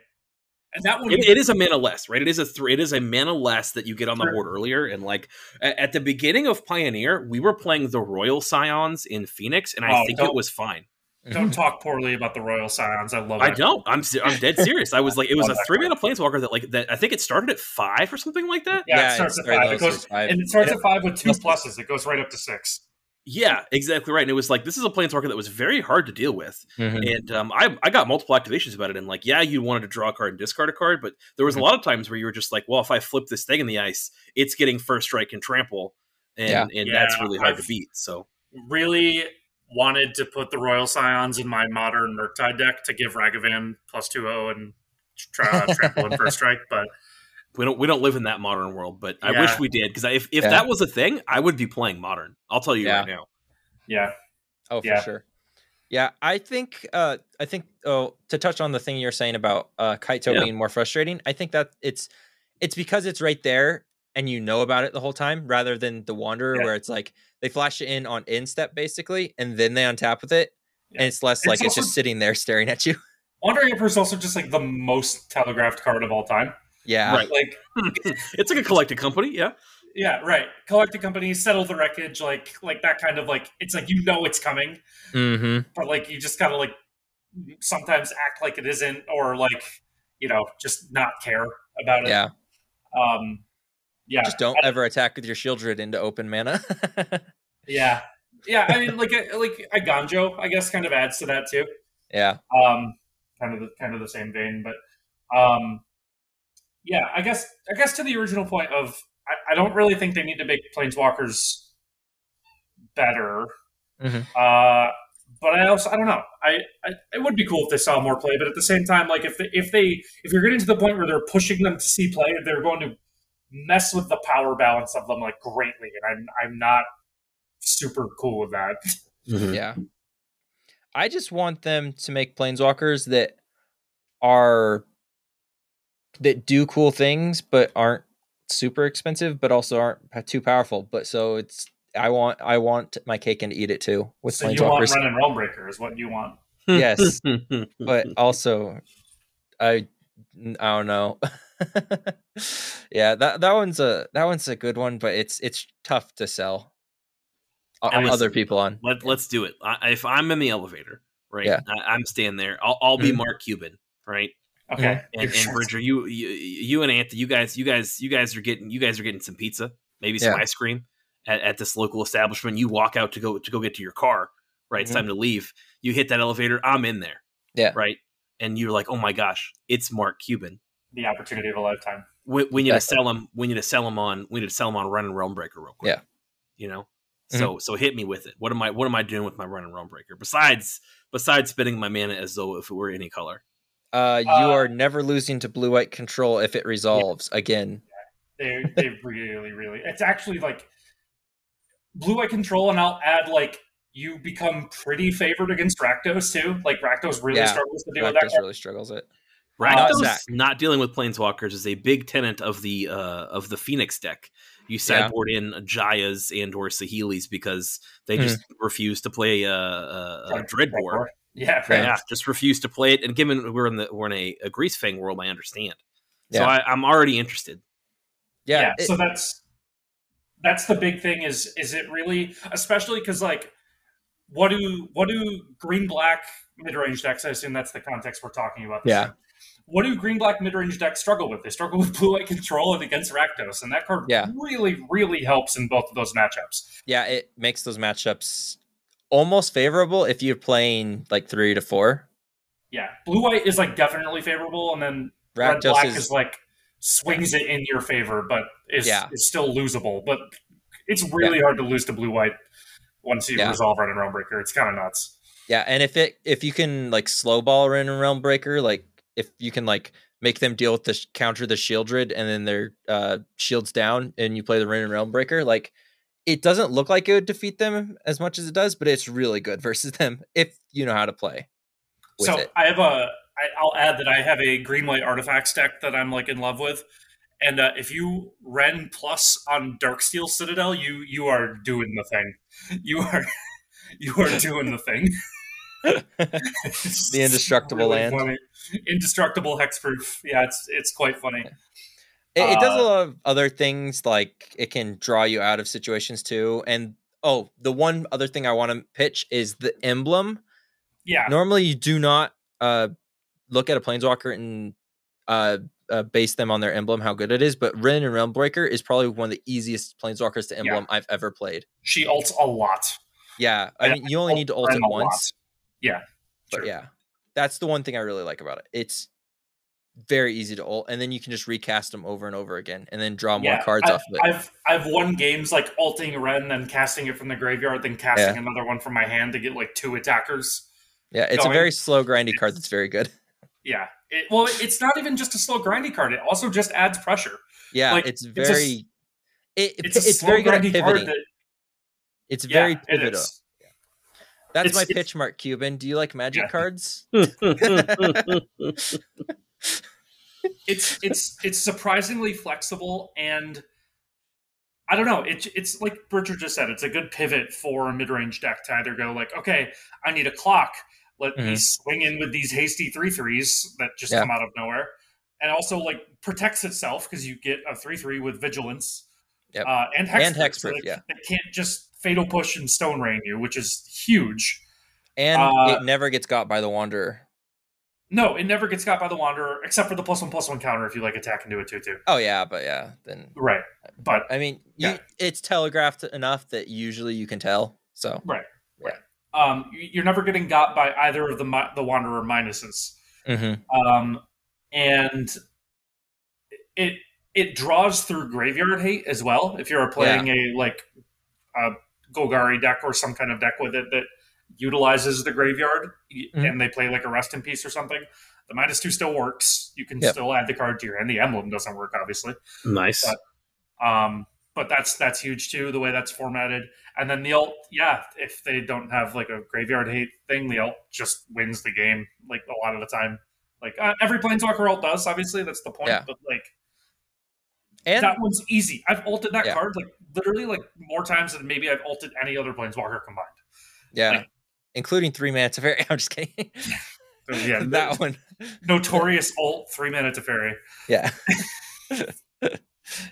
Speaker 3: and that one.
Speaker 2: It, it is a mana less, right? It is a three. It is a mana less that you get on the
Speaker 3: Sure.
Speaker 2: board earlier. And like a- at the beginning of Pioneer, we were playing the Royal Scions in Phoenix, and I
Speaker 3: Oh,
Speaker 2: think
Speaker 3: don't-
Speaker 2: it was fine.
Speaker 1: Mm-hmm.
Speaker 3: don't talk poorly about the Royal Scions. I love
Speaker 2: I
Speaker 3: it.
Speaker 2: don't. I'm se- I'm dead serious. I was like, it was a
Speaker 3: Love that
Speaker 2: three mana planeswalker that like that. I think it started at five or something like that.
Speaker 3: Yeah,
Speaker 1: Yeah,
Speaker 3: it starts
Speaker 1: it's
Speaker 3: at
Speaker 1: very
Speaker 3: five.
Speaker 1: low,
Speaker 3: It
Speaker 1: so
Speaker 3: goes
Speaker 1: it's five.
Speaker 3: and it starts
Speaker 1: Yeah.
Speaker 3: at five with two
Speaker 1: Plus-
Speaker 3: pluses. It goes right up to six.
Speaker 2: Yeah, exactly right. And it was like this is a planeswalker that was very hard to deal with.
Speaker 1: Mhm.
Speaker 2: And um, I I got multiple activations about it. And like, yeah, you wanted to draw a card and discard a card, but there
Speaker 1: Mm-hmm.
Speaker 2: was a lot of times where you were just like, well, if I flip this thing in the ice, it's getting first strike and trample, and
Speaker 1: Yeah.
Speaker 2: and
Speaker 3: Yeah,
Speaker 2: that's really hard
Speaker 3: I've-
Speaker 2: to beat. So
Speaker 3: Really wanted to put the Royal Scions in my modern Murktide deck to give Ragavan plus two zero and tra- uh, trample and first strike, but
Speaker 2: we don't we don't live in that modern world, but I
Speaker 3: Yeah.
Speaker 2: wish we did because if if
Speaker 1: Yeah.
Speaker 2: that was a thing, I would be playing modern. I'll tell you
Speaker 1: Yeah.
Speaker 2: right now.
Speaker 3: yeah,
Speaker 1: Oh, for
Speaker 3: Yeah.
Speaker 1: sure. Yeah, I think uh I think oh to touch on the thing you're saying about uh Kaito
Speaker 2: Yeah.
Speaker 1: being more frustrating, I think that it's it's because it's right there and you know about it the whole time rather than the wanderer
Speaker 3: Yeah.
Speaker 1: where it's like they flash it in on instep basically and then they untap with it
Speaker 3: Yeah.
Speaker 1: and it's less
Speaker 3: It's
Speaker 1: like it's
Speaker 3: also-
Speaker 1: just sitting there staring at you.
Speaker 3: Wandering Emperor is also just like the most telegraphed card of all time.
Speaker 1: yeah.
Speaker 2: Right.
Speaker 3: Like
Speaker 2: it's like a collective company, yeah.
Speaker 3: yeah, right. Collect a company, settle the wreckage, like like that kind of like it's like you know it's coming.
Speaker 1: Mhm.
Speaker 3: but like you just gotta like sometimes act like it isn't or like you know just not care about it
Speaker 1: Yeah.
Speaker 3: um yeah
Speaker 1: Just don't ever attack with your shieldred into open mana.
Speaker 3: yeah yeah i mean like a, like a ganjo i guess kind of adds to that too
Speaker 1: yeah.
Speaker 3: um kind of the kind of the same vein but um yeah i guess i guess to the original point of i, I don't really think they need to make planeswalkers better
Speaker 1: Mhm.
Speaker 3: uh but I also I don't know I, I it would be cool if they saw more play, but at the same time, like if they, if they if you're getting to the point where they're pushing them to see play, they're going to mess with the power balance of them like greatly, and I'm I'm not super cool with that.
Speaker 2: Mhm.
Speaker 1: Yeah. I just want them to make planeswalkers that are that do cool things but aren't super expensive but also aren't p- too powerful. But so it's I want I want my cake and eat it too with
Speaker 3: so you want
Speaker 1: planeswalkers.
Speaker 3: Ren and Realmbreaker is what you want.
Speaker 1: Yes. but also I I don't know. yeah, that that one's a that one's a good one, but it's it's tough to sell o-
Speaker 2: And
Speaker 1: other
Speaker 2: listen,
Speaker 1: people on.
Speaker 2: Let, let's do it. I, if I'm in the elevator, right?
Speaker 1: Yeah.
Speaker 2: I, I'm standing there. I'll, I'll be
Speaker 1: Mhm.
Speaker 2: Mark Cuban, right?
Speaker 1: Mm-hmm.
Speaker 3: Okay,
Speaker 2: And, and Bridger, you, you, you and Anthony, you guys, you guys, you guys are getting, you guys are getting some pizza, maybe some
Speaker 1: Yeah.
Speaker 2: ice cream at, at this local establishment. You walk out to go to go get to your car, right? It's
Speaker 1: Mhm.
Speaker 2: time to leave. You hit that elevator. I'm in there,
Speaker 1: Yeah.
Speaker 2: right? And you're like, oh my gosh, it's Mark Cuban.
Speaker 3: the opportunity of a lifetime.
Speaker 2: We, we need to
Speaker 1: Exactly.
Speaker 2: sell him. We need to sell him on. We need to sell him on Run and Realm Breaker real quick.
Speaker 1: Yeah. Mm-hmm.
Speaker 2: you know. So so hit me with it. What am I What am I doing with my Run and Realm Breaker? Besides besides spinning my mana as though if it were any color.
Speaker 1: Uh, you
Speaker 3: Uh,
Speaker 1: are never losing to blue white control if it resolves again.
Speaker 3: They they really really. It's actually like blue eye control, and I'll add like you become pretty favored against Rakdos too. Like Rakdos really
Speaker 1: Yeah,
Speaker 3: struggles to deal with that.
Speaker 1: Rakdos really struggles it. Oh,
Speaker 3: Not
Speaker 2: Rakdos
Speaker 1: Zach.
Speaker 2: not dealing with planeswalkers is a big tenet of the uh, of the Phoenix deck. You
Speaker 1: Yeah.
Speaker 2: sideboard in Jaya's and or Sahelis because they
Speaker 1: Mm-hmm.
Speaker 2: just refuse to play uh, uh, uh,
Speaker 3: card.
Speaker 2: Dread War.
Speaker 3: Yeah, pretty
Speaker 2: Yeah, just refuse to play it. And given we're in the we're in a, a Grease Fang world, I understand. So
Speaker 1: Yeah.
Speaker 2: I, I'm already interested.
Speaker 1: Yeah, it-
Speaker 3: so that's that's the big thing is is it really especially because like what do what do green black mid range decks? I assume that's the context we're talking about. this
Speaker 1: Yeah.
Speaker 3: in. What do green black mid range decks struggle with? They struggle with blue light control and against Rakdos, and that card
Speaker 1: Yeah.
Speaker 3: really really helps in both of those matchups.
Speaker 1: yeah, it makes those matchups almost favorable if you're playing like three to four.
Speaker 3: Yeah, blue white is like definitely favorable, and then red
Speaker 1: Rakdos
Speaker 3: black
Speaker 1: is,
Speaker 3: is like swings it in your favor, but is
Speaker 1: Yeah.
Speaker 3: is still losable. But it's really hard to lose to blue white once you
Speaker 1: Yeah.
Speaker 3: resolve Red and Realm Breaker. It's kind of nuts.
Speaker 1: yeah, and if it if you can like slow ball Ren and Realm Breaker, like if you can like make them deal with the sh- counter the shieldred and then their uh shields down and you play the Ren and Realm Breaker, like it doesn't look like it would defeat them as much as it does, but it's really good versus them if you know how to play with
Speaker 3: So
Speaker 1: it.
Speaker 3: I have a. I, I'll add that I have a green white artifact stack that I'm like in love with, and uh, if you Ren plus on Darksteel Citadel, you you are doing the thing. You are. You are doing the thing. It's
Speaker 1: The indestructible land.
Speaker 3: funny. indestructible hexproof. Yeah, it's it's quite funny.
Speaker 1: It, it does a
Speaker 3: Uh,
Speaker 1: lot of other things, like it can draw you out of situations too. And oh, the one other thing I want to pitch is the emblem.
Speaker 3: Yeah,
Speaker 1: Normally, you do not uh, look at a planeswalker and uh, uh, base them on their emblem, how good it is. But Ren and Realmbreaker is probably one of the easiest planeswalkers to emblem I've ever played.
Speaker 3: she ults a lot.
Speaker 1: Yeah, I
Speaker 3: Yeah,
Speaker 1: mean, you only need to ult
Speaker 3: Ren
Speaker 1: it
Speaker 3: a lot.
Speaker 1: once, but
Speaker 3: Sure.
Speaker 1: yeah, that's the one thing I really like about it. It's very easy to ult, and then you can just recast them over and over again, and then draw more
Speaker 3: Yeah,
Speaker 1: cards
Speaker 3: I,
Speaker 1: off of it.
Speaker 3: I've I've won games like alting Ren, then casting it from the graveyard, then casting another one from my hand to get like two attackers.
Speaker 1: Yeah, it's
Speaker 3: going.
Speaker 1: a very slow grindy card that's very good.
Speaker 3: Yeah. It, well, it's not even just a slow grindy card. It also just adds pressure.
Speaker 1: Yeah,
Speaker 3: Like,
Speaker 1: it's
Speaker 3: a s-
Speaker 1: very it,
Speaker 3: It's
Speaker 1: it's,
Speaker 3: a
Speaker 1: it's
Speaker 3: slow
Speaker 1: very good at
Speaker 3: grindy card.
Speaker 1: pivoting.
Speaker 3: That,
Speaker 1: It's
Speaker 3: yeah,
Speaker 1: very
Speaker 3: it
Speaker 1: pivotal.
Speaker 3: is.
Speaker 1: That's
Speaker 3: It's-
Speaker 1: my
Speaker 3: it's-
Speaker 1: pitch, Mark Cuban. Do you like magic
Speaker 3: Yeah.
Speaker 1: cards?
Speaker 3: It's it's it's surprisingly flexible, and I don't know. It's it's like Bridger just said. It's a good pivot for a mid range deck to either go like, okay, I need a clock. Let me
Speaker 1: Mhm.
Speaker 3: swing in with these hasty three threes that just
Speaker 1: Yeah.
Speaker 3: come out of nowhere, and also like protects itself because you get a three three with vigilance.
Speaker 1: Yep.
Speaker 3: Uh, and hexproof,
Speaker 1: And
Speaker 3: so
Speaker 1: Hexproof,
Speaker 3: they-
Speaker 1: yeah.
Speaker 3: they can't just fatal push and stone rain you, which is huge.
Speaker 1: And
Speaker 3: Uh,
Speaker 1: it never gets got by the wanderer.
Speaker 3: No, it never gets got by the Wanderer, except for the plus one plus one counter if you like attack and do a two two.
Speaker 1: Oh yeah, but yeah, then
Speaker 3: Right. But
Speaker 1: I mean, you,
Speaker 3: Yeah.
Speaker 1: it's telegraphed enough that usually you can tell. So
Speaker 3: um, you- you're never getting got by either of the mi- the Wanderer minuses.
Speaker 1: mhm.
Speaker 3: Um, and it it draws through graveyard hate as well. If you're playing a like a Golgari deck or some kind of deck with it that utilizes the graveyard, y-
Speaker 1: Mhm.
Speaker 3: and they play like a Rest in Peace or something, the minus two still works. You can
Speaker 1: Yep.
Speaker 3: still add the card to your hand. The emblem doesn't work, obviously.
Speaker 2: nice.
Speaker 3: But- Um, but that's that's huge too, the way that's formatted. And then the alt, yeah, if they don't have like a graveyard hate thing, the alt just wins the game like a lot of the time. Like uh, every planeswalker alt does, obviously that's the point.
Speaker 1: Yeah.
Speaker 3: But like
Speaker 1: And
Speaker 3: that one's easy. I've altered that
Speaker 1: Yeah.
Speaker 3: card like literally like more times than maybe I've altered any other planeswalker combined.
Speaker 1: yeah,
Speaker 3: like-
Speaker 1: including three minutes of air. I'm just kidding.
Speaker 3: So, yeah,
Speaker 1: that one.
Speaker 3: notorious alt three minute to fairy.
Speaker 1: Yeah.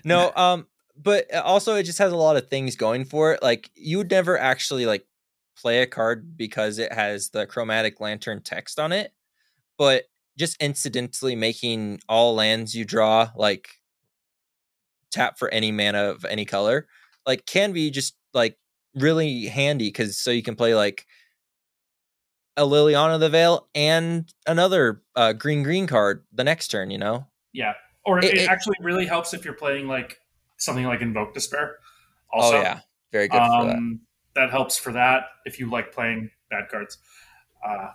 Speaker 1: no, um, but also it just has a lot of things going for it. Like you would never actually like play a card because it has the chromatic lantern text on it, but just incidentally making all lands you draw like tap for any mana of any color, like can be just like really handy because so you can play like a Liliana of the Veil and another uh, green green card the next turn, you know?
Speaker 3: Yeah. Or it,
Speaker 1: It- it-
Speaker 3: actually really helps if you're playing like something like Invoke Despair. Also,
Speaker 1: oh yeah, very good for that.
Speaker 3: um, that. helps for that if you like playing bad cards. Uh,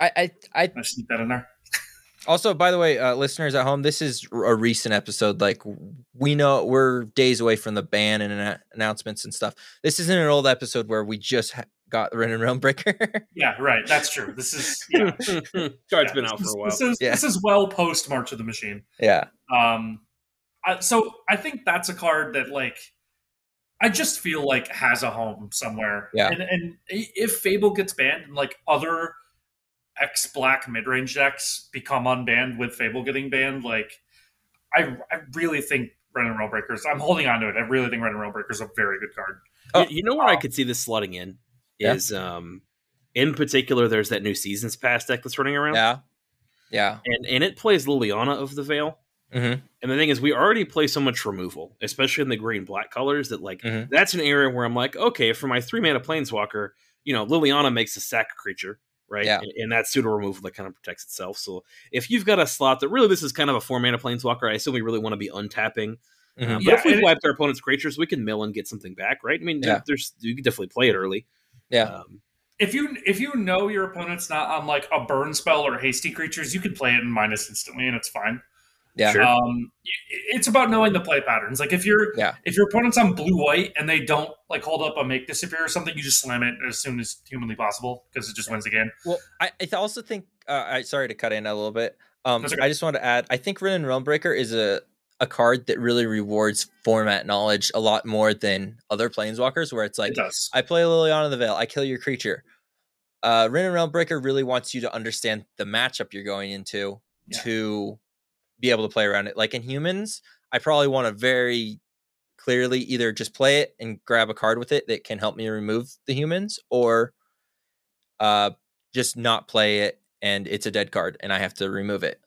Speaker 1: I, I, I
Speaker 3: I sneak that in there.
Speaker 1: also, by the way, uh, listeners at home, this is r- a recent episode. Like w- we know we're days away from the ban and anno- announcements and stuff. This isn't an old episode where we just ha- got Ren and Realm Breaker.
Speaker 3: Yeah, right. That's true. This is yeah,
Speaker 2: Card's
Speaker 3: yeah,
Speaker 2: been out
Speaker 3: this
Speaker 2: for a
Speaker 3: is-
Speaker 2: while.
Speaker 3: This is,
Speaker 1: Yeah.
Speaker 3: this is well post March of the Machine.
Speaker 1: yeah,
Speaker 3: Um, I, so I think that's a card that like I just feel like has a home somewhere.
Speaker 1: Yeah.
Speaker 3: And, and i- if Fable gets banned and like other X Black mid range decks become unbanned with Fable getting banned, like I I really think Ren and Railbreakers. I'm holding on to it. I really think Ren and Railbreakers is a very good card.
Speaker 1: Oh.
Speaker 2: You- you know where I
Speaker 3: Oh.
Speaker 2: could see this slotting in
Speaker 1: Yeah.
Speaker 2: is um in particular there's that new seasons pass deck that's running around.
Speaker 1: yeah, yeah.
Speaker 2: And and it plays Liliana of the Veil.
Speaker 1: Mhm.
Speaker 2: And the thing is we already play so much removal, especially in the green black colors that like
Speaker 1: Mhm.
Speaker 2: that's an area where I'm like, okay, for my three mana planeswalker, you know, Liliana makes a sack creature, right?
Speaker 1: Yeah.
Speaker 2: And, and that's pseudo removal that kind of protects itself. So if you've got a slot that really this is kind of a four mana planeswalker, I assume we really want to be untapping uh,
Speaker 1: mhm.
Speaker 2: but
Speaker 3: Yeah,
Speaker 2: if we
Speaker 3: and it-
Speaker 2: wipe their opponent's creatures, we can mill and get something back, right? I mean, there-
Speaker 1: Yeah.
Speaker 2: there's you can definitely play it early.
Speaker 1: Yeah.
Speaker 2: Um,
Speaker 3: If you if you know your opponent's not on like a burn spell or hasty creatures, you can play it in minus instantly and it's fine.
Speaker 1: Yeah.
Speaker 2: Sure.
Speaker 3: Um, it's about knowing the play patterns. Like if you're
Speaker 1: Yeah.
Speaker 3: if your opponent's on blue white and they don't like hold up a make disappear or something, you just slam it as soon as humanly possible because it just wins again.
Speaker 1: Well, I, I th- also think uh, I sorry to cut in a little bit. Um,
Speaker 3: That's okay.
Speaker 1: I just want to add. I think Ren and Realm Breaker is a a card that really rewards format knowledge a lot more than other planeswalkers, where it's like
Speaker 3: it does.
Speaker 1: I play Liliana of the Veil. I kill your creature. Uh, Rin and Realm Breaker really wants you to understand the matchup you're going into
Speaker 3: Yeah.
Speaker 1: to be able to play around it. Like in humans, I probably want to very clearly either just play it and grab a card with it that can help me remove the humans, or uh, just not play it and it's a dead card and I have to remove it.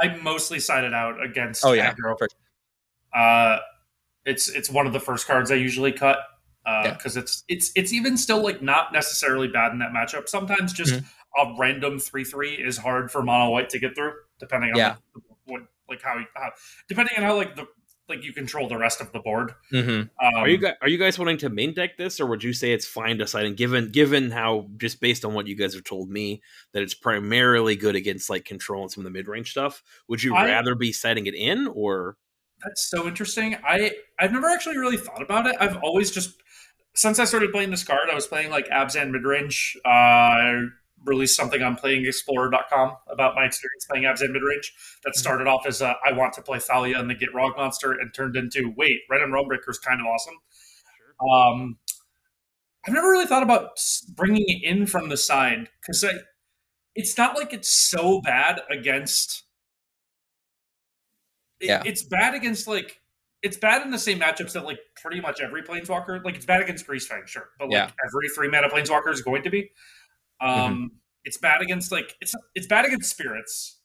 Speaker 3: I mostly sided out against
Speaker 1: Oh, yeah.
Speaker 3: aggro.
Speaker 1: For-
Speaker 3: Uh, it's it's one of the first cards I usually cut
Speaker 1: Yeah.
Speaker 3: because it's it's it's even still like not necessarily bad in that matchup. Sometimes just
Speaker 1: Mm-hmm.
Speaker 3: a random three three is hard for mono white to get through, depending on
Speaker 1: Yeah.
Speaker 3: like, what like how, how depending on how like the like you control the rest of the board.
Speaker 1: Mhm.
Speaker 3: Um,
Speaker 2: are you guys are you guys wanting to main deck this, or would you say it's fine deciding given given how just based on what you guys have told me that it's primarily good against like control and some of the mid range stuff? Would you
Speaker 3: I-
Speaker 2: rather be setting it in or
Speaker 3: That's so interesting. I I've never actually really thought about it. I've always just since I started playing this card, I was playing like Abzan midrange. Uh, I released something on playingexplorer.com about my experience playing Abzan midrange. That started off as a, I want to play Thalia and the Get Rog monster, and turned into wait, Red and Realmbreaker is kind of awesome. Um, I've never really thought about s- bringing it in from the side because it's not like it's so bad against. it-
Speaker 1: Yeah.
Speaker 3: it's bad against like it's bad in the same matchups that like pretty much every planeswalker like it's bad against Greasefang, sure, but like
Speaker 1: Yeah. Mm-hmm.
Speaker 3: every three mana planeswalker is going to be. Um, it's bad against like it's it's bad against spirits.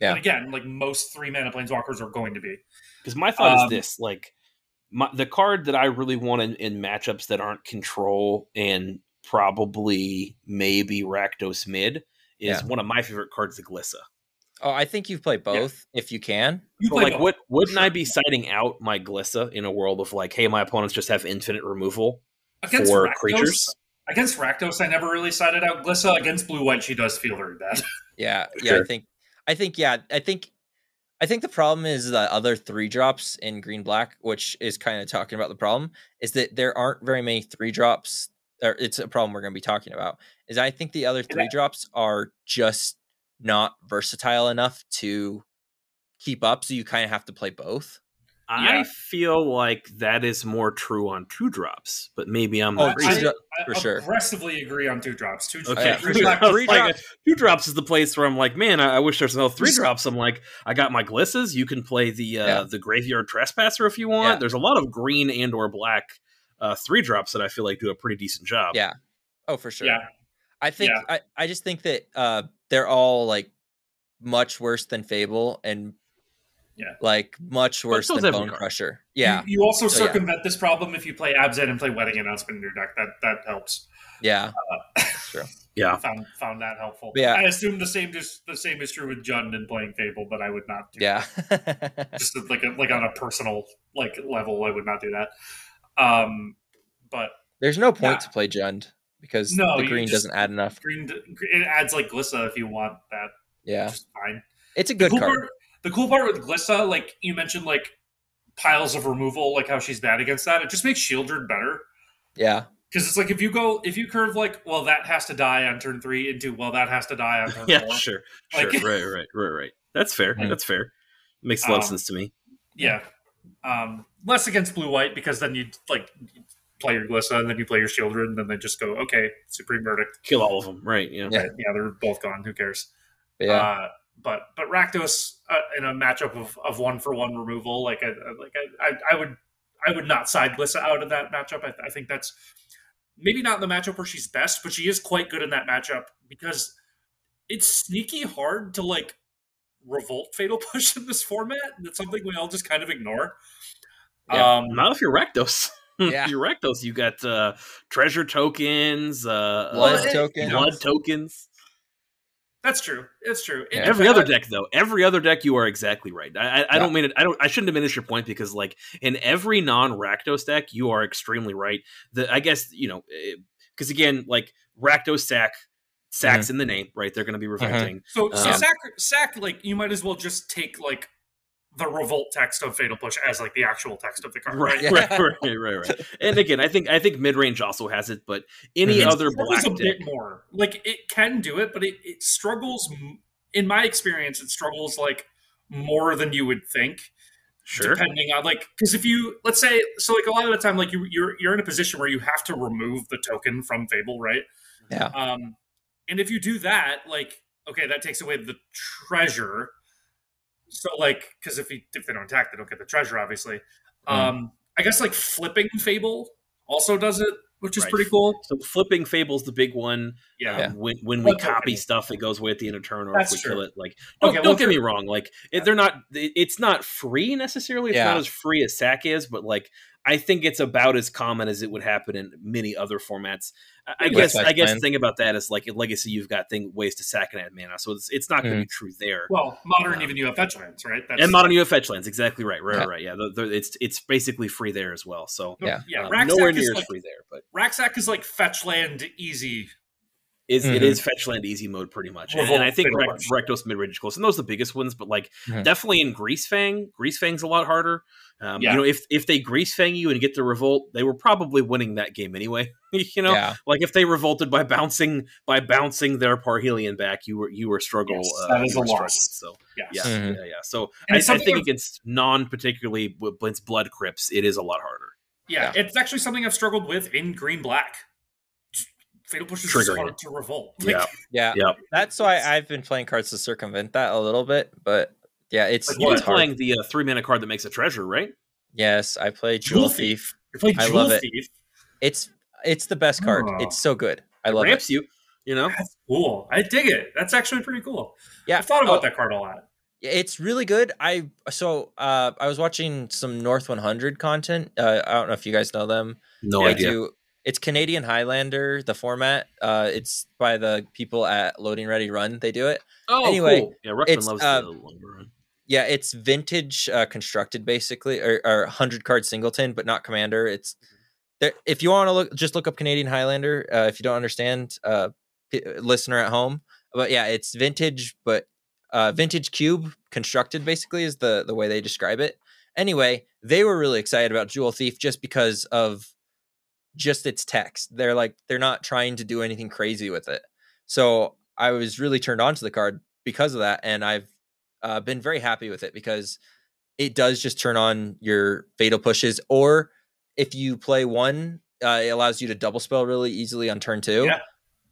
Speaker 1: Yeah.
Speaker 3: But again, like most three mana planeswalkers are going to be.
Speaker 2: Because my thought
Speaker 3: Um,
Speaker 2: is this: like my, the card that I really want in, in matchups that aren't control and probably maybe Rakdos mid is
Speaker 1: Yeah.
Speaker 2: one of my favorite cards, the Glissa.
Speaker 1: Oh, I think you've played both if you can.
Speaker 3: You
Speaker 2: But
Speaker 3: play
Speaker 2: like,
Speaker 3: both.
Speaker 2: what wouldn't
Speaker 3: "Oh, sure.
Speaker 2: I be citing out my Glissa in a world of like, hey, my opponents just have infinite removal
Speaker 3: against
Speaker 2: for
Speaker 3: Rakdos-
Speaker 2: creatures?
Speaker 3: Against Rakdos, I never really sided out Glissa. Against Blue White, she does feel very bad.
Speaker 1: Yeah, yeah, I
Speaker 2: Sure.
Speaker 1: think, I think, yeah, I think, I think the problem is the other three drops in green black, which is kind of talking about the problem, is that there aren't very many three drops. Or it's a problem we're going to be talking about. Is I think the other three drops are just not versatile enough to keep up. So you kind of have to play both.
Speaker 2: I feel like that is more true on two drops, but maybe I'm
Speaker 1: Oh,
Speaker 2: not.
Speaker 1: three dro- for
Speaker 3: I
Speaker 1: sure.
Speaker 3: aggressively agree on two drops. Two
Speaker 2: Okay.
Speaker 1: Yeah, for
Speaker 3: Two
Speaker 1: sure.
Speaker 3: drops.
Speaker 2: Three
Speaker 1: Like,
Speaker 2: drops. Two drops is the place where I'm like, man, I, I wish there's no three drops. I'm like, I got my glisses. You can play the uh,
Speaker 1: Yeah.
Speaker 2: the graveyard trespasser if you want.
Speaker 1: Yeah.
Speaker 2: There's a lot of green and or black uh, three drops that I feel like do a pretty decent job.
Speaker 1: Yeah. Oh, for sure.
Speaker 3: Yeah.
Speaker 1: I think
Speaker 3: Yeah.
Speaker 1: I, I just think that uh they're all like much worse than Fable and
Speaker 3: Yeah.
Speaker 1: like much worse
Speaker 2: so
Speaker 1: than
Speaker 2: is
Speaker 1: Bone
Speaker 2: every card.
Speaker 1: Crusher. Yeah,
Speaker 3: You, you also
Speaker 1: So, yeah.
Speaker 3: circumvent this problem if you play Abzan and play Wedding Announcement in your deck. That that helps.
Speaker 1: yeah. That's true.
Speaker 2: Yeah.
Speaker 3: Found found that helpful.
Speaker 1: Yeah.
Speaker 3: I assume the same just the same is true with Jund and playing Fable, but I would not do
Speaker 1: Yeah.
Speaker 3: just like a, like on a personal like level, I would not do that. Um, but
Speaker 1: There's no point
Speaker 3: Yeah.
Speaker 1: to play Jund because
Speaker 3: No,
Speaker 1: the
Speaker 3: you
Speaker 1: green
Speaker 3: just-
Speaker 1: doesn't add enough.
Speaker 3: green it adds like Glissa if you want that,
Speaker 1: Yeah.
Speaker 3: just fine.
Speaker 1: It's a
Speaker 3: The
Speaker 1: good
Speaker 3: cool
Speaker 1: card.
Speaker 3: part, the cool part with Glissa, like you mentioned, like piles of removal, like how she's bad against that. It just makes Shieldred better.
Speaker 1: Yeah.
Speaker 3: Because it's like if you go if you curve like well that has to die on turn three into well that has to die on turn
Speaker 2: Yeah,
Speaker 3: four
Speaker 2: sure. Sure.
Speaker 3: Like-
Speaker 2: right, right, right, right. That's fair.
Speaker 1: Mm.
Speaker 2: That's fair. Makes a lot of
Speaker 1: Uh,
Speaker 3: Um,
Speaker 2: sense to me.
Speaker 3: yeah um, less against blue white because then you like you'd play your glissa and then you play your shieldred and then they just go okay supreme verdict
Speaker 2: Kill all of them. Right. Yeah.
Speaker 1: Yeah.
Speaker 3: yeah they're both gone who cares
Speaker 1: But yeah.
Speaker 3: uh, but but Rakdos uh, in a matchup of, of one for one removal like I, I- like I, I I would I would not side Glissa out of that matchup I, I think that's maybe not in the matchup where she's best but she is quite good in that matchup because it's sneaky hard to like revolt fatal push in this format and it's something we all just kind of ignore
Speaker 1: Yeah.
Speaker 3: um
Speaker 2: Not if you're Rakdos.
Speaker 1: Yeah.
Speaker 2: if you're Rakdos, you got uh, treasure tokens, uh,
Speaker 1: Blood
Speaker 2: uh,
Speaker 1: tokens.
Speaker 2: blood tokens.
Speaker 3: that's true it's true
Speaker 1: Yeah.
Speaker 3: And
Speaker 2: Every
Speaker 3: I-
Speaker 2: other deck, though, every other deck, you are exactly right. I, I, I
Speaker 1: Yeah.
Speaker 2: don't mean it. I don't. I shouldn't diminish your point because, like, in every non-Rakdos deck, you are extremely right. The I guess you know because again, like Rakdos sack sacks
Speaker 1: Mm-hmm.
Speaker 2: in the name, right? They're going to be revolting.
Speaker 3: So, so
Speaker 2: Um,
Speaker 3: sack, sack, like you might as well just take like the revolt text of Fatal Push as like the actual text of the card, right?
Speaker 2: Right,
Speaker 1: Yeah.
Speaker 2: right, right, right, right. And again, I think I think mid range also has it, but any
Speaker 1: Mhm.
Speaker 2: other
Speaker 3: It struggles
Speaker 2: black
Speaker 3: a
Speaker 2: deck,
Speaker 3: bit more. Like it can do it, but it, it struggles. m- In my experience, it struggles like more than you would think.
Speaker 2: sure,
Speaker 3: Depending on like, because if you let's say, so like a lot of the time, like you you're you're in a position where you have to remove the token from Fable, right?
Speaker 1: Yeah.
Speaker 3: Um, and if you do that, like, okay, that takes away the treasure. So like, because if you if they don't attack, they don't get the treasure, obviously. Um, I guess like flipping Fable also does it, which is
Speaker 2: Right.
Speaker 3: pretty cool.
Speaker 2: So flipping Fable's the big one.
Speaker 3: Yeah.
Speaker 2: Um, When when we
Speaker 3: Okay.
Speaker 2: copy stuff, it goes away at the end of turn, or
Speaker 3: That's
Speaker 2: if we
Speaker 3: true.
Speaker 2: kill it, like don't,
Speaker 3: Okay,
Speaker 2: don't
Speaker 3: well,
Speaker 2: get me wrong, like it, they're not. it- It's not free necessarily. It's
Speaker 1: Yeah.
Speaker 2: not as free as SAC is, but like I think it's about as common as it would happen in many other formats. I, I
Speaker 1: Like
Speaker 2: guess
Speaker 1: Flex
Speaker 2: I guess
Speaker 1: Plan.
Speaker 2: the thing about that is like in Legacy, you've got thing ways to sack and add mana, so it's it's not going to be true there.
Speaker 3: Well, modern
Speaker 2: Um,
Speaker 3: even you have fetch lands, right? That's,
Speaker 2: and modern UF fetch lands, exactly right, right,
Speaker 1: Yeah.
Speaker 2: right, right. Yeah, the, the, it's it's basically free there as well. So
Speaker 1: Yeah.
Speaker 3: yeah.
Speaker 2: um,
Speaker 3: Racksack
Speaker 2: nowhere
Speaker 3: is
Speaker 2: near as
Speaker 3: like,
Speaker 2: free there, but
Speaker 3: Racksack is like fetch land easy.
Speaker 2: is it
Speaker 1: Mhm.
Speaker 2: is fetch land easy mode pretty much, and,
Speaker 3: Revolt
Speaker 2: and I think
Speaker 3: pretty
Speaker 2: Rec- Rectos mid range close, and those are the biggest ones. But like
Speaker 1: Mhm.
Speaker 2: definitely in Grease Fang, Grease Fang's a lot harder. Um,
Speaker 3: Yeah.
Speaker 2: You know, if if they Grease Fang you and get the revolt, they were probably winning that game anyway. you know,
Speaker 1: yeah.
Speaker 2: like if they revolted by bouncing by bouncing their Parhelion back, you were you were struggle.
Speaker 3: Yes,
Speaker 2: uh,
Speaker 3: that is
Speaker 2: you were
Speaker 3: a
Speaker 2: struggling.
Speaker 3: loss.
Speaker 2: So
Speaker 3: Yes.
Speaker 2: yeah,
Speaker 1: Mhm.
Speaker 2: yeah, yeah. So I,
Speaker 3: And
Speaker 2: I
Speaker 3: it's something
Speaker 2: think
Speaker 3: I've-
Speaker 2: against non particularly against blood crips, it is a lot harder.
Speaker 3: Yeah, it's actually something I've struggled with in green black. Fatal Push is just
Speaker 2: Triggering
Speaker 3: hard
Speaker 2: it.
Speaker 3: to revolt.
Speaker 2: Yeah.
Speaker 1: Yeah.
Speaker 2: Yep.
Speaker 1: That's why I've been playing cards to circumvent that a little bit, but yeah, it's,
Speaker 3: Like
Speaker 2: You were
Speaker 1: it's hard.
Speaker 2: playing the uh, three mana card that makes a treasure, right?
Speaker 1: Yes, I play Jewel
Speaker 3: Jewel
Speaker 1: Thief.
Speaker 3: You're playing
Speaker 1: I
Speaker 3: Jewel
Speaker 1: love it.
Speaker 3: Thief.
Speaker 1: It's it's the best card.
Speaker 3: Oh.
Speaker 1: It's so good. I love it.
Speaker 2: Ramps you, you know.
Speaker 3: That's cool. I dig it. That's actually pretty cool.
Speaker 1: Yeah.
Speaker 3: I've thought about
Speaker 1: Oh.
Speaker 3: that card a lot.
Speaker 1: Yeah, It's really good. I so uh, I was watching some North 100 content. Uh, I don't know if you guys know them.
Speaker 2: No
Speaker 1: They do. It's Canadian Highlander, the format. Uh, it's by the people at Loading Ready Run. They do it.
Speaker 2: Oh,
Speaker 1: Anyway,
Speaker 2: cool. Yeah, Ruckman
Speaker 1: it's,
Speaker 2: loves
Speaker 1: uh,
Speaker 2: the longer run.
Speaker 1: Yeah, it's vintage uh, constructed basically, or, or 100 card singleton, but not commander. It's there. If you want to look, just look up Canadian Highlander. Uh, if you don't understand, uh, p- listener at home, but yeah, it's vintage, but uh, vintage cube constructed basically is the the way they describe it anyway they were really excited about jewel thief just because of just its text they're like they're not trying to do anything crazy with it so i was really turned on to the card because of that and i've uh, been very happy with it because it does just turn on your fatal pushes or if you play one uh, it allows you to double spell really easily on turn two
Speaker 3: Yeah.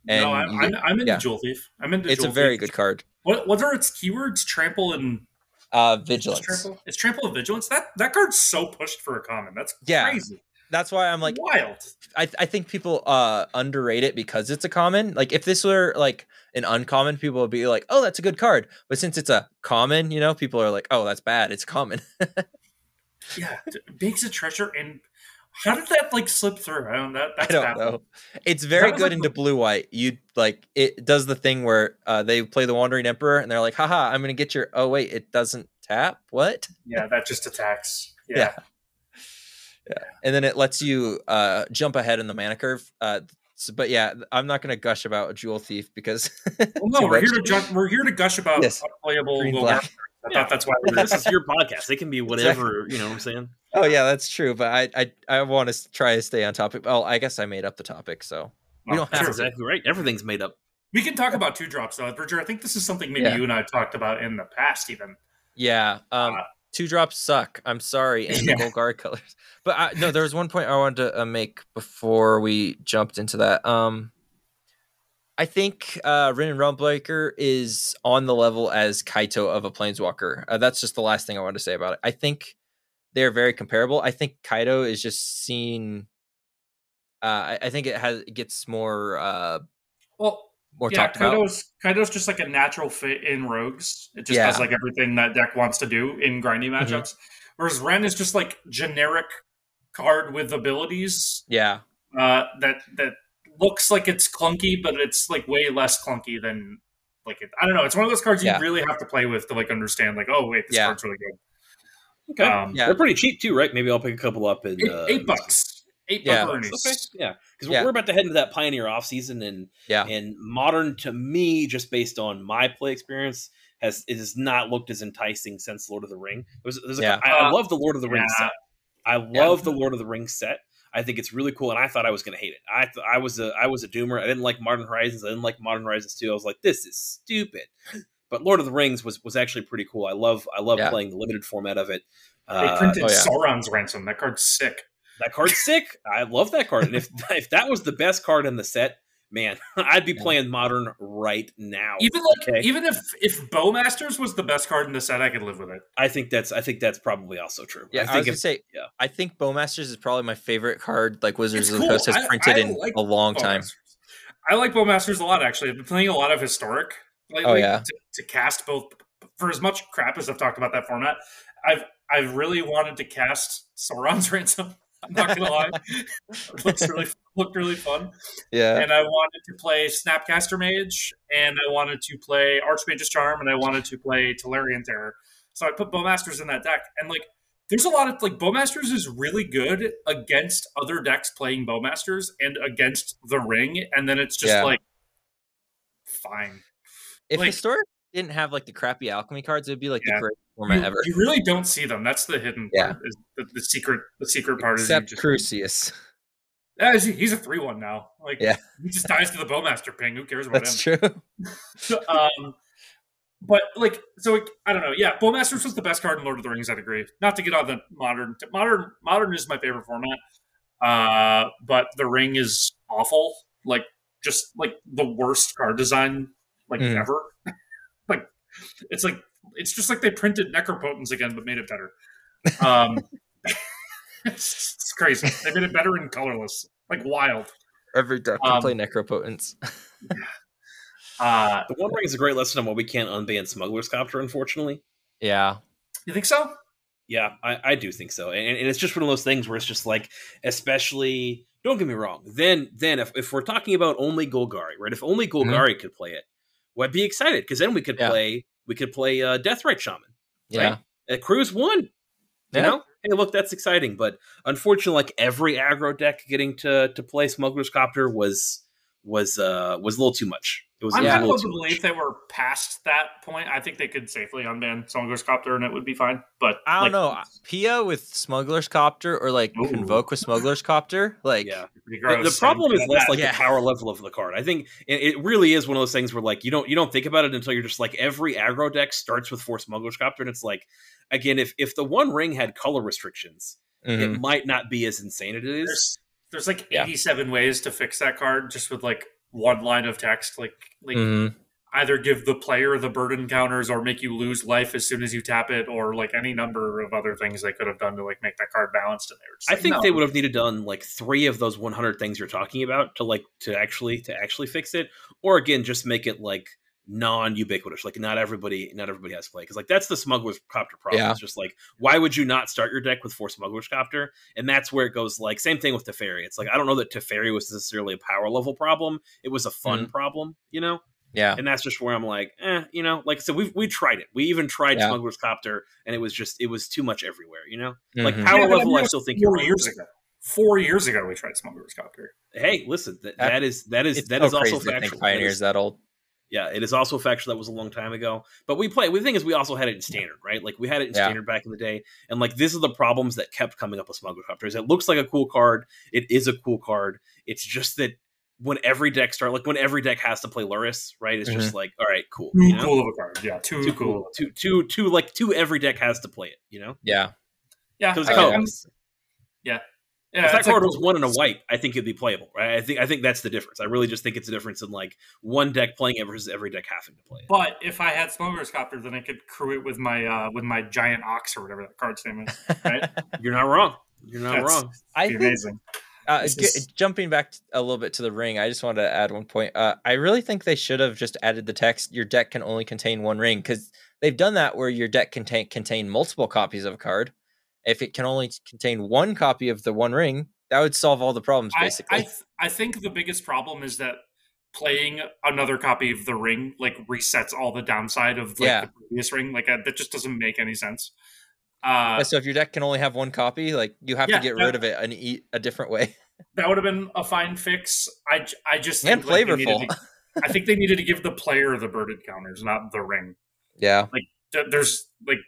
Speaker 1: and
Speaker 3: no, I'm,
Speaker 1: you-
Speaker 3: I'm, I'm into
Speaker 1: yeah.
Speaker 3: Jewel Thief. I'm into
Speaker 1: it's a
Speaker 3: Jewel
Speaker 1: very
Speaker 3: Thief.
Speaker 1: good card
Speaker 3: What, what are its keywords? Trample and
Speaker 1: uh
Speaker 3: Is
Speaker 1: vigilance
Speaker 3: trample? Is trample and vigilance? That that card's so pushed for a common. That's
Speaker 1: Yeah.
Speaker 3: crazy.
Speaker 1: that's why i'm like
Speaker 3: wild.
Speaker 1: I, I think people uh underrate it because it's a common. Like if this were like an uncommon, people would be like, "Oh, that's a good card." But since it's a common, you know, people are like, "Oh, that's bad. It's common."
Speaker 3: Yeah, d- makes a treasure and how did that like slip through? I don't that
Speaker 1: I
Speaker 3: that's
Speaker 1: don't
Speaker 3: baffling.
Speaker 1: know. It's very
Speaker 3: was,
Speaker 1: good
Speaker 3: like,
Speaker 1: into
Speaker 3: the-
Speaker 1: blue white. You like it does the thing where uh, they play the Wandering Emperor and they're like, "Haha, I'm gonna get your." Oh wait, it doesn't tap. What?
Speaker 3: Yeah, that just attacks. Yeah.
Speaker 1: Yeah. And then it lets you uh jump ahead in the mana curve. Uh, so- but yeah, I'm not gonna gush about Jewel Thief because
Speaker 3: Well,
Speaker 1: Too
Speaker 3: no, we're
Speaker 1: much.
Speaker 3: here to ju- we're here to gush about
Speaker 1: Yes.
Speaker 3: unplayable
Speaker 1: Green
Speaker 3: little
Speaker 1: black.
Speaker 3: monsters. I thought that's why we were
Speaker 2: this is your podcast. They can be whatever, you know what I'm saying?
Speaker 1: Oh yeah, that's true. But I I, I want to try to stay on topic. Oh, I guess I made up the topic, so we
Speaker 3: Well,
Speaker 1: don't
Speaker 2: That's
Speaker 1: have to.
Speaker 2: exactly right. Everything's made up.
Speaker 3: We can talk about two drops though, Bridger. I think this is something maybe
Speaker 1: Yeah.
Speaker 3: you and I talked about in the past even.
Speaker 1: Yeah. Um,
Speaker 3: Uh,
Speaker 1: two drops suck. I'm sorry, and
Speaker 3: Yeah.
Speaker 1: gold guard colors. But I, no, there was one point I wanted to uh, make before we jumped into that. Um, I think uh, Rin and Rumblaker is on the level as Kaito of a Planeswalker. Uh, that's just the last thing I wanted to say about it. I think they're very comparable. I think Kaido is just seen. Uh, I, I think it has it gets more uh,
Speaker 3: Well,
Speaker 1: more
Speaker 3: yeah,
Speaker 1: talked about.
Speaker 3: Kaido's Kaido's just like a natural fit in rogues. It just
Speaker 1: Yeah. Mm-hmm.
Speaker 3: does like everything that deck wants to do in grindy matchups. Whereas Ren is just like generic card with abilities
Speaker 1: Yeah.
Speaker 3: uh, that that looks like it's clunky, but it's like way less clunky than like it, I don't know. It's one of those cards
Speaker 1: Yeah.
Speaker 3: you really have to play with to like understand. Like, oh wait, this
Speaker 1: Yeah.
Speaker 3: card's really good.
Speaker 2: Okay.
Speaker 3: Um,
Speaker 1: Yeah.
Speaker 2: They're pretty cheap too, right? Maybe I'll pick a couple up and
Speaker 3: eight,
Speaker 2: uh,
Speaker 3: eight bucks, eight
Speaker 1: Yeah.
Speaker 3: buck Bernies.
Speaker 2: Okay. Yeah. Because
Speaker 1: Yeah.
Speaker 2: we're about to head into that Pioneer off season and
Speaker 1: Yeah.
Speaker 2: and modern to me, just based on my play experience, has it has not looked as enticing since Lord of the Ring. There's, there's a-
Speaker 1: Yeah.
Speaker 2: I, I
Speaker 3: Uh,
Speaker 2: love the Lord of the Rings
Speaker 3: yeah.
Speaker 2: set. I love the Lord of the Rings set. I think it's really cool, and I thought I was going to hate it. I th- I was a I was a doomer. I didn't like Modern Horizons. I didn't like Modern Horizons two. I was like, this is stupid. But Lord of the Rings was was actually pretty cool. I love I love
Speaker 1: Yeah.
Speaker 2: playing the limited format of it.
Speaker 3: They
Speaker 2: Uh,
Speaker 3: printed
Speaker 1: oh, yeah.
Speaker 3: Sauron's ransom. That card's sick.
Speaker 2: that card's sick. I love that card. And if if that was the best card in the set, man, I'd be
Speaker 1: Yeah.
Speaker 2: playing modern right now.
Speaker 3: Even like
Speaker 2: Okay.
Speaker 3: even if if Bowmasters was the best card in the set, I could live with it.
Speaker 2: I think that's I think that's probably also true.
Speaker 1: Yeah, I,
Speaker 2: I think
Speaker 1: was gonna
Speaker 2: if-
Speaker 1: say.
Speaker 2: yeah.
Speaker 1: I think Bowmasters is probably my favorite card. Like Wizards
Speaker 3: It's
Speaker 1: of the
Speaker 3: cool.
Speaker 1: Coast has
Speaker 3: I-
Speaker 1: printed
Speaker 3: I
Speaker 1: in
Speaker 3: like
Speaker 1: a long time.
Speaker 3: Bowmasters. I like Bowmasters a lot. Actually, I've been playing a lot of historic lately.
Speaker 1: Oh, yeah.
Speaker 3: to, to cast both for as much crap as I've talked about that format. I've I've really wanted to cast Sauron's ransom. I'm not gonna lie, it looks really looked really fun.
Speaker 1: Yeah,
Speaker 3: And I wanted to play Snapcaster Mage, and I wanted to play Archmage's Charm, and I wanted to play Talarian Terror. So I put Bowmasters in that deck, and like, there's a lot of like Bowmasters is really good against other decks playing Bowmasters and against the Ring, and then it's just
Speaker 1: Yeah.
Speaker 3: like fine.
Speaker 1: if
Speaker 3: like-
Speaker 1: historic didn't have like the crappy alchemy cards, it'd be like
Speaker 3: Yeah.
Speaker 1: the greatest format
Speaker 3: You,
Speaker 1: ever.
Speaker 3: you really don't see them. That's the hidden
Speaker 1: Yeah.
Speaker 3: part. Is the, the secret the secret part
Speaker 1: Except
Speaker 3: is you just-
Speaker 1: Crucius.
Speaker 3: Yeah, he's- he's a three one now. Like
Speaker 1: Yeah.
Speaker 3: he just dies to the Bowmaster ping. Who cares about him?
Speaker 1: That's true.
Speaker 3: um, but like, so like, I don't know. Yeah, Bowmasters was the best card in Lord of the Rings. I'd agree. Not to get on the modern. Modern modern is my favorite format. Uh, but the ring is awful. Like, just like the worst card design like
Speaker 1: Mm.
Speaker 3: ever. like, it's like it's just like they printed Necropotence again, but made it better. Um, it's, it's crazy. They made it better and colorless. Like wild.
Speaker 1: Every deck can
Speaker 3: Um,
Speaker 1: play Necropotence.
Speaker 3: Uh,
Speaker 2: the One Ring is a great lesson on why we can't unban Smuggler's Copter, unfortunately.
Speaker 1: yeah,
Speaker 3: you think so?
Speaker 2: Yeah, I, I do think so, and, and it's just one of those things where it's just like, especially. Don't get me wrong. Then, then if, if we're talking about only Golgari, right? If only Golgari could play it, well, I'd be excited because then we could
Speaker 1: Mm-hmm. Yeah.
Speaker 2: play we could play uh, Deathrite Shaman.
Speaker 1: yeah,
Speaker 2: Right? Uh, Cruz won. You
Speaker 1: Yeah.
Speaker 2: know, hey, look, that's exciting. But unfortunately, like every aggro deck getting to to play Smuggler's Copter was was uh was a little too much. It was,
Speaker 3: I'm
Speaker 2: it was a
Speaker 3: kind
Speaker 2: little
Speaker 3: of of
Speaker 2: too
Speaker 3: the
Speaker 2: much.
Speaker 3: belief that we're past that point. I think they could safely unban Smuggler's Copter and it would be fine. But
Speaker 1: I don't
Speaker 3: like,
Speaker 1: know. Pia with Smuggler's Copter or like
Speaker 3: Ooh.
Speaker 1: Convoke with Smuggler's Copter. Like,
Speaker 2: Yeah. The, the
Speaker 3: regardless,
Speaker 2: problem is
Speaker 3: that-
Speaker 2: less
Speaker 3: that-
Speaker 2: like
Speaker 1: Yeah.
Speaker 2: the power level of the card. I think it, it really is one of those things where like you don't you don't think about it until you're just like every aggro deck starts with four Smuggler's Copter, and it's like again if if the One Ring had color restrictions,
Speaker 1: mhm.
Speaker 2: it might not be as insane as it is.
Speaker 3: There's, there's like
Speaker 2: Yeah.
Speaker 3: 87 ways to fix that card just with like one line of text. Like like
Speaker 1: Mhm.
Speaker 3: either give the player the burden counters or make you lose life as soon as you tap it, or like any number of other things they could have done to like make that card balanced. And they were just
Speaker 2: I
Speaker 3: like,
Speaker 2: think
Speaker 3: no.
Speaker 2: they would have needed done like three of those 100 things you're talking about to like to actually to actually fix it, or again just make it like non-ubiquitous. Like not everybody not everybody has to play because like that's the smuggler's copter problem.
Speaker 1: Yeah.
Speaker 2: It's just like why would you not start your deck with four smuggler's copter? And that's where it goes. Like same thing with Teferi. It's like I don't know that Teferi was necessarily a power level problem. It was a fun problem, you know.
Speaker 1: Mm-hmm. Yeah.
Speaker 2: And that's just where I'm like, eh, you know, like I said, we we tried it. We even tried
Speaker 1: Yeah.
Speaker 2: smuggler's copter, and it was just it was too much everywhere, you know. Like
Speaker 1: Mhm.
Speaker 2: power
Speaker 3: Yeah, but I
Speaker 2: level,
Speaker 3: mean,
Speaker 2: I still think you're
Speaker 3: four
Speaker 2: right.
Speaker 3: years ago. Four years ago, we tried Smuggler's Copter.
Speaker 2: hey, listen, th-
Speaker 1: That-
Speaker 2: that is that is
Speaker 1: It's
Speaker 2: that
Speaker 1: so
Speaker 2: is also
Speaker 1: crazy to think
Speaker 2: factual. That
Speaker 1: Pioneer's
Speaker 2: is-
Speaker 1: that old.
Speaker 2: yeah, it is also factual. That was a long time ago, but we play. The thing is, we also had it in standard, right? Like we had it in
Speaker 1: Yeah.
Speaker 2: standard back in the day, and like this is the problems that kept coming up with Smuggler Copters. It looks like a cool card. It is a cool card. It's just that when every deck start, like when every deck has to play Luris, right? It's
Speaker 1: Mm-hmm.
Speaker 2: just like, all right, cool,
Speaker 3: Too
Speaker 2: you know?
Speaker 3: cool of a card. Yeah, too,
Speaker 2: too
Speaker 3: cool.
Speaker 2: Hmm. cool, too too too like too every deck has to play it, you know?
Speaker 1: Yeah.
Speaker 3: Yeah,
Speaker 2: Because
Speaker 3: I-
Speaker 2: it
Speaker 1: Oh.
Speaker 3: I'm-
Speaker 2: comes.
Speaker 3: yeah,
Speaker 2: if that
Speaker 3: it's like-
Speaker 2: card was one and a white, I think it'd be playable. Right? I think I think that's the difference. I really just think it's a difference in like one deck playing it versus every deck having to play it.
Speaker 3: But if I had Smuggler's Copter, then I could crew it with my uh, with my giant ox or whatever that card's name is. Right?
Speaker 2: You're not wrong. You're not
Speaker 3: That's-
Speaker 2: wrong.
Speaker 1: I
Speaker 3: Be
Speaker 1: think
Speaker 3: amazing.
Speaker 1: uh,
Speaker 3: This
Speaker 1: g-
Speaker 3: is-
Speaker 1: jumping back t- a little bit to the ring, I just wanted to add one point. Uh, I really think they should have just added the text: "Your deck can only contain one ring," because they've done that where your deck can ta- contain multiple copies of a card. If it can only t- contain one copy of the one ring, that would solve all the problems.
Speaker 3: I,
Speaker 1: Basically,
Speaker 3: I, th- I think the biggest problem is that playing another copy of the ring like resets all the downside of like,
Speaker 1: Yeah.
Speaker 3: the previous ring. Like uh, that just doesn't make any sense. Uh,
Speaker 1: Yeah, so if your deck can only have one copy, like you have
Speaker 3: Yeah,
Speaker 1: to get
Speaker 3: that-
Speaker 1: rid of it and eat a different way.
Speaker 3: that would have been a fine fix. I, j- I just
Speaker 1: And
Speaker 3: think, like, they
Speaker 1: flavorful.
Speaker 3: needed to- I think they needed to give the player the burden counters, not the ring.
Speaker 1: yeah.
Speaker 3: Th- There's like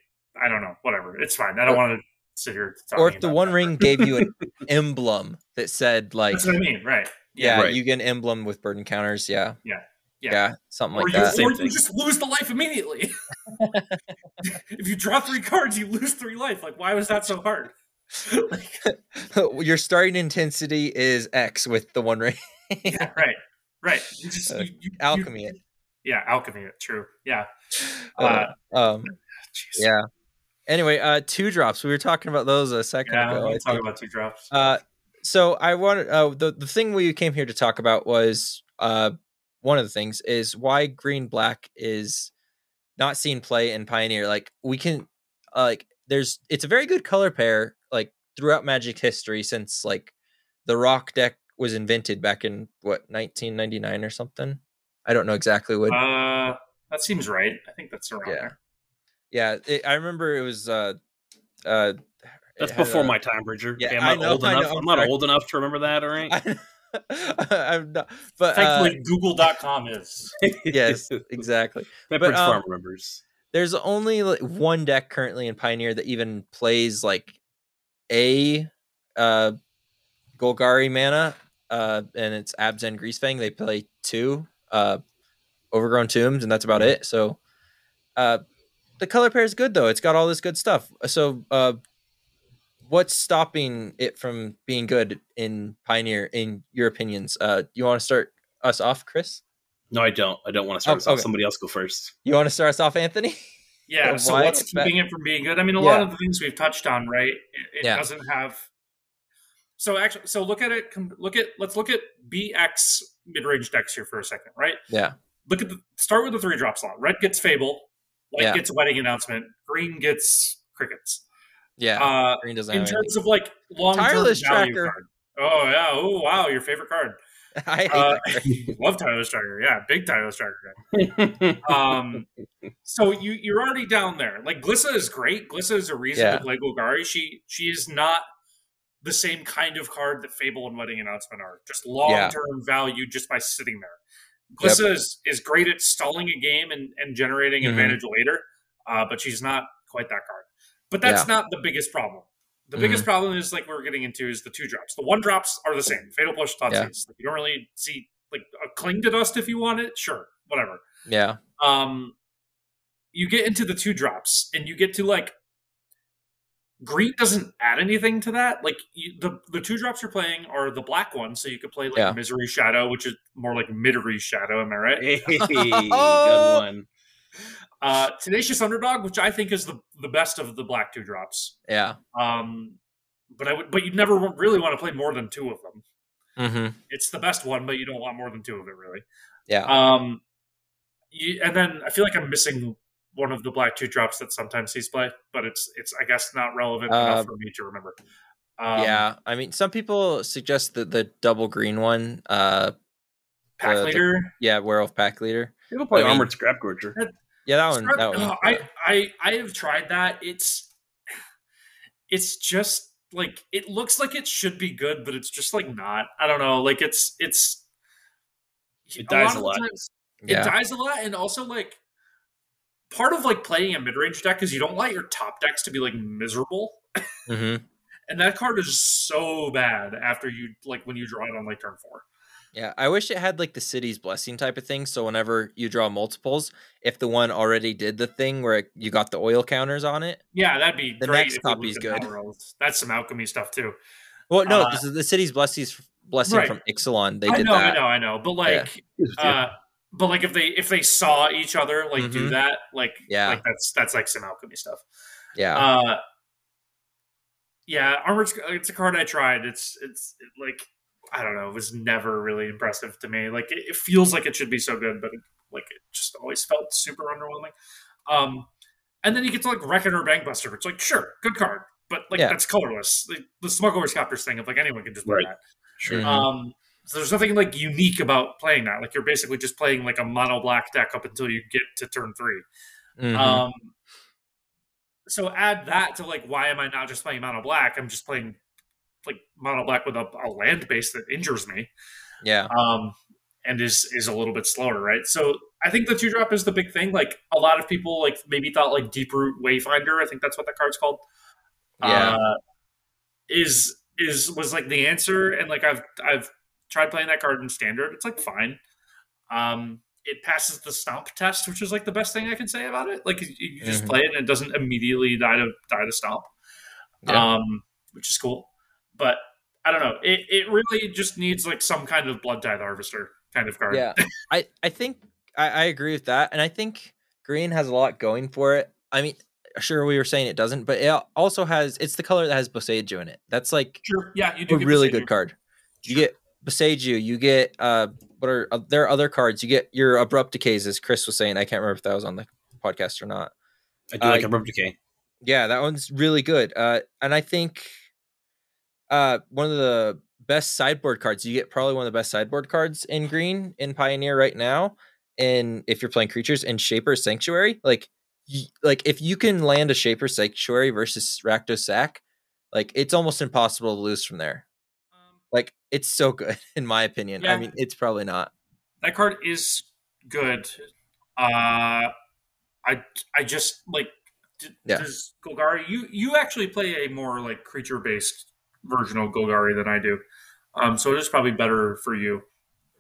Speaker 3: I don't know, whatever. It's fine. I don't
Speaker 1: Or-
Speaker 3: want to sit here.
Speaker 1: Or
Speaker 3: talking
Speaker 1: if the
Speaker 3: about
Speaker 1: one
Speaker 3: that.
Speaker 1: ring gave you an emblem that said like,
Speaker 3: That's what I mean, right?
Speaker 1: yeah,
Speaker 2: Right.
Speaker 1: you get an emblem with burden counters. Yeah.
Speaker 3: Yeah.
Speaker 1: Yeah.
Speaker 3: Yeah.
Speaker 1: something
Speaker 3: or
Speaker 1: like
Speaker 3: you,
Speaker 1: that.
Speaker 2: Same
Speaker 3: or you
Speaker 2: thing.
Speaker 3: just lose the life immediately. if you draw three cards, you lose three life. Like, why was that so hard?
Speaker 1: your starting intensity is X with the one ring.
Speaker 3: Yeah, right, right. You just,
Speaker 1: Uh,
Speaker 3: you, you- you-
Speaker 1: alchemy it.
Speaker 3: yeah, alchemy. It true. Yeah. Uh,
Speaker 1: Uh, um,
Speaker 3: jeez.
Speaker 1: yeah. Anyway, uh, two drops. We were talking about those a second
Speaker 3: Yeah,
Speaker 1: ago.
Speaker 3: we'll
Speaker 1: I
Speaker 3: talk
Speaker 1: think.
Speaker 3: about two drops.
Speaker 1: Uh, so I wanted uh, the the thing we came here to talk about was uh, one of the things is why green black is not seen play in Pioneer. Like we can uh, like there's it's a very good color pair like throughout Magic history since like the rock deck was invented back in what 1999 or something. I don't know exactly what.
Speaker 3: Uh, that seems right. I think that's around.
Speaker 1: Yeah.
Speaker 3: there.
Speaker 1: yeah, it, I remember it was uh uh
Speaker 2: That's
Speaker 1: it had
Speaker 2: before
Speaker 1: a-
Speaker 2: my time, Bridger.
Speaker 1: Yeah,
Speaker 2: Okay,
Speaker 1: I
Speaker 2: I'm not
Speaker 1: know,
Speaker 2: old
Speaker 1: I know,
Speaker 2: enough.
Speaker 1: I'm
Speaker 2: I'm not
Speaker 1: sorry.
Speaker 2: old enough to remember that, all right?
Speaker 1: I, am not, but uh,
Speaker 3: Thankfully, Google.com is.
Speaker 1: yes, exactly.
Speaker 2: Pepperidge
Speaker 1: um,
Speaker 2: Farm remembers.
Speaker 1: there's only like, one deck currently in Pioneer that even plays like a uh Golgari mana, uh, and it's Abs and Greasefang. They play two uh overgrown tombs, and that's about it. So uh the color pair is good though. It's got all this good stuff. So uh what's stopping it from being good in Pioneer in your opinions? Uh you wanna start us off, Chris?
Speaker 2: No, I don't. I don't want to
Speaker 1: Oh,
Speaker 2: start us off.
Speaker 1: okay.
Speaker 2: Somebody else go first.
Speaker 1: You wanna start us off, Anthony?
Speaker 3: Yeah.
Speaker 1: Or
Speaker 3: So
Speaker 1: why
Speaker 3: what's
Speaker 1: it's bad.
Speaker 3: keeping it from being good? I mean, a
Speaker 1: Yeah.
Speaker 3: lot of the things we've touched on, right? It, it
Speaker 1: Yeah.
Speaker 3: doesn't have. So actually, so look at it. com- Look at let's look at BX mid-range decks here for a second, right?
Speaker 1: Yeah.
Speaker 3: Look at the start with the three drop slot. Red gets Fable. White
Speaker 1: Yeah.
Speaker 3: gets Wedding Announcement. Green gets Crickets.
Speaker 1: Yeah.
Speaker 3: Uh,
Speaker 1: Green doesn't
Speaker 3: in
Speaker 1: have anything.
Speaker 3: terms of like long-term
Speaker 1: Tireless
Speaker 3: value
Speaker 1: Tracker.
Speaker 3: card. Oh yeah! Oh wow! Your favorite card.
Speaker 1: I hate
Speaker 3: Uh,
Speaker 1: that card.
Speaker 3: Love Tireless Tracker. Yeah, big Tireless Tracker guy um so you you're already down there like glissa is great glissa is a reason
Speaker 1: Yeah.
Speaker 3: to play golgari she she is not the same kind of card that Fable and Wedding Announcement are. Just long term value just by sitting there. Glissa is, is great at stalling a game and, and generating
Speaker 1: Mhm.
Speaker 3: advantage later, uh, but she's not quite that card. But that's not the biggest problem. The
Speaker 1: Mm.
Speaker 3: biggest problem is like we're getting into is the two drops. The one drops are the same. Fatal Push, Tatsus.
Speaker 1: Yeah.
Speaker 3: Like, you don't really see like a cling to dust if you want it. Sure, whatever
Speaker 1: Yeah.
Speaker 3: um, you get into the two drops and you get to like green doesn't add anything to that like you, the the two drops you're playing are the black ones so you could play like
Speaker 1: Yeah.
Speaker 3: misery shadow which is more like midery shadow am i right
Speaker 2: Hey, good one.
Speaker 3: uh tenacious underdog which i think is the the best of the black two drops
Speaker 1: Yeah.
Speaker 3: um but i would but you'd never really want to play more than two of them
Speaker 1: Mm-hmm.
Speaker 3: it's the best one but you don't want more than two of it really
Speaker 1: Yeah.
Speaker 3: um you, and then i feel like i'm missing one of the black two drops that sometimes he's played but it's it's i guess not relevant
Speaker 1: Uh,
Speaker 3: enough for me to remember um,
Speaker 1: yeah. I mean, some people suggest that the double green one. Uh,
Speaker 3: pack
Speaker 1: the- the-
Speaker 3: leader
Speaker 1: yeah, werewolf pack leader.
Speaker 2: People play
Speaker 1: I mean-
Speaker 2: armored scrap gorger.
Speaker 1: Yeah, that one.
Speaker 3: Scrub-
Speaker 1: That one.
Speaker 3: oh, i i i have tried that it's it's just like it looks like it should be good but it's just like not i don't know like it's it's
Speaker 2: It dies a
Speaker 3: of the
Speaker 2: lot.
Speaker 3: times- it
Speaker 1: yeah.
Speaker 3: dies a lot and also like part of like playing a mid-range deck is you don't want your top decks to be like miserable
Speaker 1: Mm-hmm.
Speaker 3: and that card is so bad after you like when you draw it on like turn four
Speaker 1: Yeah. I wish it had like the city's blessing type of thing. So whenever you draw multiples, if the one already did the thing where it, you got the oil counters on it.
Speaker 3: yeah that'd be
Speaker 1: The
Speaker 3: great
Speaker 1: next
Speaker 3: if we
Speaker 1: copy's
Speaker 3: looked at
Speaker 1: good.
Speaker 3: Power Rolls. that's some alchemy stuff too
Speaker 1: Well, no,
Speaker 3: Uh,
Speaker 1: this is the city's blessings blessing
Speaker 3: right.
Speaker 1: from Ixalan. They
Speaker 3: i
Speaker 1: did
Speaker 3: know
Speaker 1: that.
Speaker 3: i know i know but
Speaker 1: Yeah.
Speaker 3: like uh but like if they if they saw each other like do
Speaker 1: Mhm.
Speaker 3: that like
Speaker 1: Yeah.
Speaker 3: like that's that's like some alchemy stuff
Speaker 1: Yeah.
Speaker 3: uh yeah armored Sc- it's a card i tried it's it's it, like i don't know it was never really impressive to me like it, it feels like it should be so good but like it just always felt super underwhelming um and then you get to like wreck or bankbuster which like sure good card but like
Speaker 1: Yeah.
Speaker 3: that's colorless the, the smuggler's captors thing of like anyone can just play
Speaker 2: Right.
Speaker 3: that
Speaker 2: Sure.
Speaker 1: Mhm.
Speaker 3: um so there's nothing like unique about playing that like you're basically just playing like a mono black deck up until you get to turn three
Speaker 1: Mhm.
Speaker 3: um, so add that to like, why am I not just playing mono black? I'm just playing like mono black with a, a land base that injures me,
Speaker 1: yeah.
Speaker 3: um, and is is a little bit slower, right? So I think the two drop is the big thing. Like a lot of people like maybe thought like deep root wayfinder. I think that's what that card's called.
Speaker 1: Yeah.
Speaker 3: Uh, is is was like the answer, and like I've I've tried playing that card in standard. It's like fine. Um, it passes the stomp test, which is like the best thing I can say about it. Like you, you just
Speaker 1: Mhm.
Speaker 3: play it and it doesn't immediately die to die to stomp,
Speaker 1: Yeah.
Speaker 3: um, which is cool. But I don't know. It it really just needs like some kind of blood tithe harvester kind of card.
Speaker 1: Yeah, I I think I, I agree with that, and I think green has a lot going for it. I mean, sure we were saying it doesn't, but it also has it's the color that has Boseiju in it. That's like
Speaker 3: sure. Yeah, you do
Speaker 1: a
Speaker 3: get
Speaker 1: really
Speaker 3: Beseju.
Speaker 1: good card. You get Boseiju, you get uh, what are uh, there are other cards? You get your abrupt decays, as Chris was saying. I can't remember if that was on the podcast or not.
Speaker 2: I do
Speaker 1: uh,
Speaker 2: like abrupt decay.
Speaker 1: Yeah, that one's really good. Uh, and I think uh, one of the best sideboard cards you get probably one of the best sideboard cards in green in Pioneer right now. And if you're playing creatures in Shaper Sanctuary, like y- like if you can land a Shaper Sanctuary versus Rakdos Sack, like it's almost impossible to lose from there.
Speaker 3: Um,
Speaker 1: Like it's so good in my opinion. I
Speaker 3: Yeah.
Speaker 1: mean, it's probably not.
Speaker 3: that card is good. Uh, I I just like d-
Speaker 1: Yeah.
Speaker 3: does Golgari. You you actually play a more like creature based version of Golgari than I do, um. So it is probably better for you.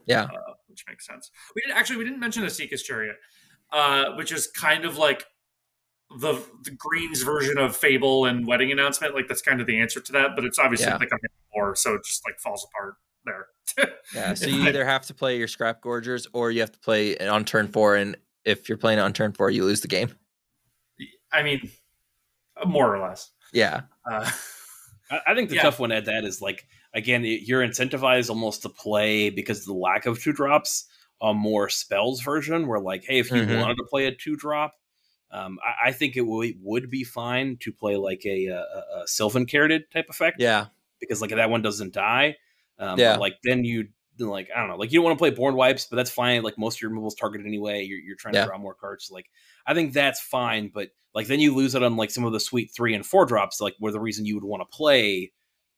Speaker 1: Yeah.
Speaker 3: uh, which makes sense. We did actually we didn't mention the Seeker's Chariot, uh, which is kind of like the the Greens version of Fable and Wedding Announcement. Like that's kind of the answer to that, but it's obviously
Speaker 1: Yeah.
Speaker 3: like a more, so it just like falls apart there.
Speaker 1: Yeah, so you either have to play your Scrap Gorgers or you have to play it on turn 4 and if you're playing it on turn 4, you lose the game.
Speaker 3: I mean, uh, more or less.
Speaker 1: Yeah.
Speaker 3: Uh,
Speaker 2: I, I think the
Speaker 3: Yeah.
Speaker 2: tough one at that is like again, it- you're incentivized almost to play because of the lack of two drops a more spells version. Where like, hey, if you
Speaker 1: Mhm.
Speaker 2: wanted to play a two drop, um, I, I think it would would be fine to play like a, a, a Sylvan Carroted type effect
Speaker 1: Yeah.
Speaker 2: because like that one doesn't die. Um,
Speaker 1: Yeah.
Speaker 2: but, like then you then, like I don't know, like you don't want to play born wipes, but that's fine. Like most of your removals targeted anyway. You're, you're trying
Speaker 1: Yeah.
Speaker 2: to draw more cards. So, like I think that's fine, but like then you lose it on like some of the sweet three and four drops, like were the reason you would want to play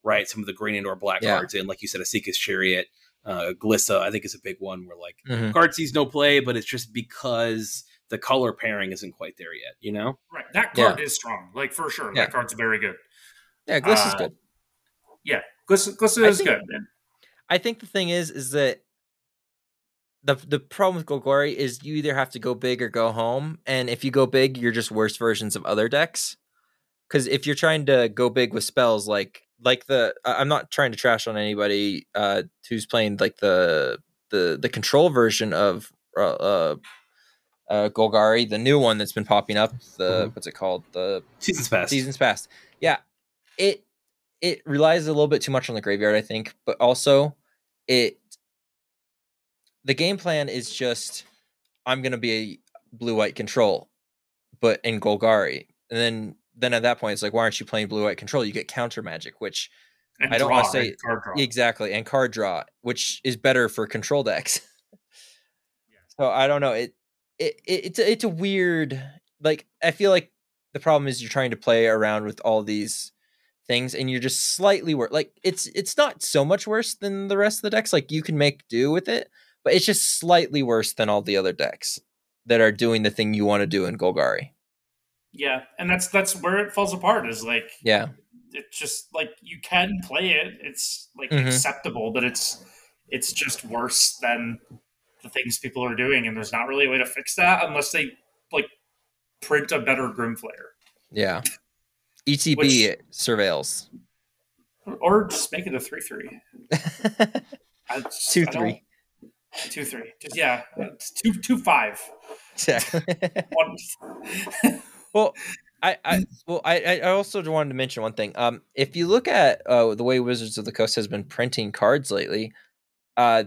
Speaker 2: right? Some of the green and or black
Speaker 1: Yeah.
Speaker 2: cards, and like you said, a Seeker's Chariot, uh, Glissa, I think is a big one where like
Speaker 1: Mhm.
Speaker 2: card sees no play, but it's just because the color pairing isn't quite there yet, you know?
Speaker 3: Right. That
Speaker 1: Yeah.
Speaker 3: card is strong. Like for sure.
Speaker 1: Yeah.
Speaker 3: That card's very good.
Speaker 1: Yeah, Gliss is
Speaker 3: Uh,
Speaker 1: good.
Speaker 3: Glisten, Glisten
Speaker 1: I
Speaker 3: is
Speaker 1: think-
Speaker 3: good.
Speaker 1: I think the thing is, is that the the problem with Golgari is you either have to go big or go home, and if you go big, you're just worse versions of other decks. Because if you're trying to go big with spells, like like the I- I'm not trying to trash on anybody uh, who's playing like the the the control version of uh, uh, uh, Golgari, the new one that's been popping up. The what's it called? The
Speaker 2: Season's Pass.
Speaker 1: seasons past. Yeah, it it relies a little bit too much on the graveyard, I think, but also it the game plan is just I'm gonna be a blue white control, but in Golgari, and then then at that point it's like why aren't you playing blue white control? You get counter magic, which
Speaker 3: And
Speaker 1: I don't
Speaker 3: draw,
Speaker 1: wanna say-
Speaker 3: and card draw.
Speaker 1: exactly and card draw, which is better for control decks. So I don't know. It, it it it's a, it's a weird like I feel like the problem is you're trying to play around with all these things and you're just slightly worse. Like it's it's not so much worse than the rest of the decks. Like you can make do with it, but it's just slightly worse than all the other decks that are doing the thing you want to do in Golgari.
Speaker 3: Yeah. And that's that's where it falls apart is like
Speaker 1: Yeah.
Speaker 3: it's just like you can play it. It's like
Speaker 1: Mhm.
Speaker 3: acceptable, but it's it's just worse than the things people are doing, and there's not really a way to fix that unless they like print a better Grimflayer
Speaker 1: Yeah. ETB
Speaker 3: Which-
Speaker 1: surveils.
Speaker 3: or just make it a three three. I just-
Speaker 1: Two
Speaker 3: I don't-
Speaker 1: three.
Speaker 3: two three. Just, yeah, it's two two five.
Speaker 1: Exactly.
Speaker 3: One,
Speaker 1: Well, I, I well, I, I I also d- wanted to mention one thing. Um, if you look at uh, the way Wizards of the Coast has been printing cards lately, uh,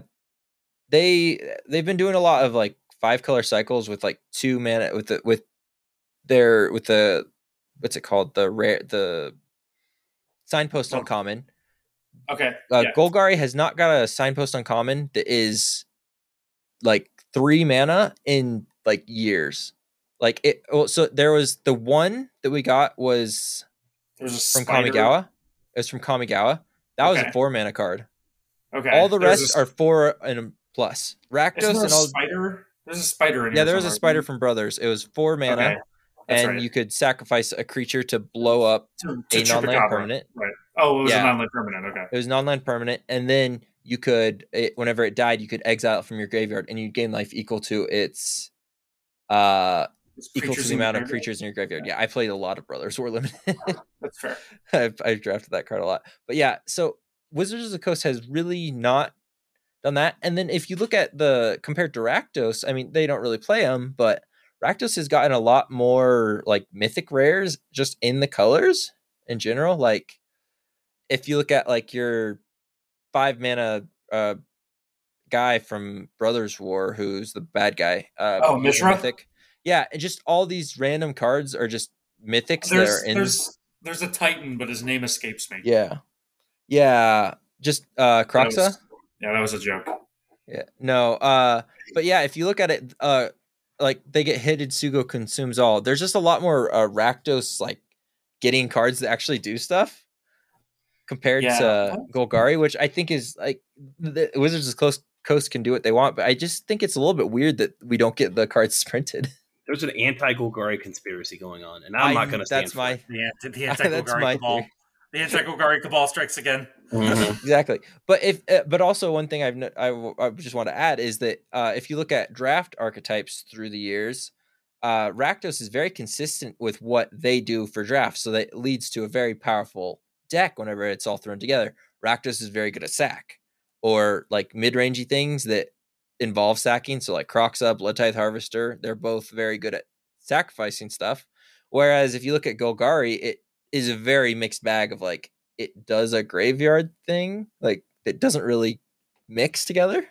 Speaker 1: they they've been doing a lot of like five color cycles with like two mana with the with their with the what's it called the rare the signpost
Speaker 3: Oh.
Speaker 1: uncommon.
Speaker 3: okay.
Speaker 1: Uh,
Speaker 3: yeah.
Speaker 1: Golgari has not got a signpost uncommon that is like three mana in like years. Like it. Well, so there was the one that we got was
Speaker 3: There's a
Speaker 1: from
Speaker 3: spider.
Speaker 1: Kamigawa. It was from Kamigawa. That was a
Speaker 3: Okay.
Speaker 1: four mana card.
Speaker 3: Okay.
Speaker 1: All the
Speaker 3: There's
Speaker 1: rest
Speaker 3: a,
Speaker 1: are four and a plus.
Speaker 3: Isn't
Speaker 1: Rakdos
Speaker 3: there a
Speaker 1: and all.
Speaker 3: spider. There's a spider in
Speaker 1: Yeah,
Speaker 3: here
Speaker 1: there was a
Speaker 3: somewhere.
Speaker 1: spider from Brothers. It was four mana,
Speaker 3: Okay. That's
Speaker 1: and
Speaker 3: right.
Speaker 1: you could sacrifice a creature to blow up
Speaker 3: to,
Speaker 1: a
Speaker 3: to
Speaker 1: non-land
Speaker 3: Chupacabra.
Speaker 1: permanent.
Speaker 3: Right. Oh, it was
Speaker 1: Yeah.
Speaker 3: a non-land permanent. Okay.
Speaker 1: It was an online permanent, and then you could, it, whenever it died, you could exile it from your graveyard, and you gain life equal to its, uh,
Speaker 3: It's
Speaker 1: equal to
Speaker 3: creatures
Speaker 1: the
Speaker 3: in
Speaker 1: amount of
Speaker 3: graveyard.
Speaker 1: creatures in your graveyard. Yeah, I played a lot of Brothers War Limited.
Speaker 3: That's fair.
Speaker 1: I've, I've drafted that card a lot, but yeah. So Wizards of the Coast has really not done that. And then if you look at the compared to Rakdos, I mean, they don't really play them, but Rakdos has gotten a lot more like mythic rares just in the colors in general. Like if you look at like your five mana uh guy from Brothers War who's the bad guy. Uh
Speaker 3: Oh,
Speaker 1: he's a
Speaker 3: Mishra?
Speaker 1: Mythic. Yeah, and just all these random cards are just mythics that
Speaker 3: There's
Speaker 1: are in
Speaker 3: there's there's a Titan, but his name escapes me.
Speaker 1: Yeah. Yeah. Just uh
Speaker 3: That
Speaker 1: Croxa?
Speaker 3: was- yeah, that was a joke.
Speaker 1: Yeah. No. Uh. But yeah, if you look at it, uh, like they get hit and Sugo consumes all. There's just a lot more uh, Rakdos like getting cards that actually do stuff compared
Speaker 3: Yeah.
Speaker 1: to Golgari, which I think is like the Wizards of Coast Coast can do what they want, but I just think it's a little bit weird that we don't get the cards printed.
Speaker 2: There's an anti Golgari conspiracy going on, and I'm
Speaker 1: I-
Speaker 2: not going to stand
Speaker 1: That's
Speaker 2: for
Speaker 1: my
Speaker 2: it.
Speaker 3: Yeah, the
Speaker 1: that's my theory.
Speaker 3: The anti-Golgari Cabal strikes again.
Speaker 1: exactly but if uh, but also one thing i've no- I, w- I just want to add is that uh, if you look at draft archetypes through the years uh, rakdos is very consistent with what they do for drafts so that leads to a very powerful deck whenever it's all thrown together rakdos is very good at sack or like mid-rangey things that involve sacking so like croxa blood tithe harvester they're both very good at sacrificing stuff whereas if you look at golgari it is a very mixed bag of like it does a graveyard thing like that doesn't really mix together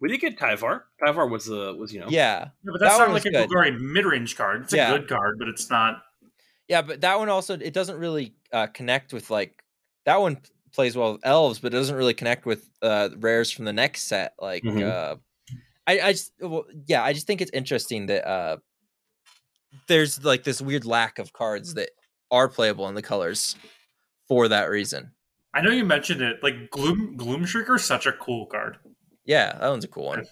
Speaker 2: We did get Tyvar. Tyvar was uh, was you know
Speaker 1: yeah
Speaker 3: Yeah, but that's
Speaker 1: That one
Speaker 3: not like
Speaker 1: was
Speaker 3: a
Speaker 1: good.
Speaker 3: Golgari mid-range card. It's
Speaker 1: Yeah.
Speaker 3: a good card, but it's not.
Speaker 1: yeah but that one also it doesn't really uh, connect with like that one p- plays well with elves but it doesn't really connect with uh rares from the next set like
Speaker 3: Mm-hmm.
Speaker 2: Mhm.
Speaker 1: uh i i just well, yeah i just think it's interesting that uh there's like this weird lack of cards that are playable in the colors for that reason
Speaker 3: I know you mentioned it. Like Gloom Gloomshrieker is such a cool card.
Speaker 1: Yeah, that one's a cool one.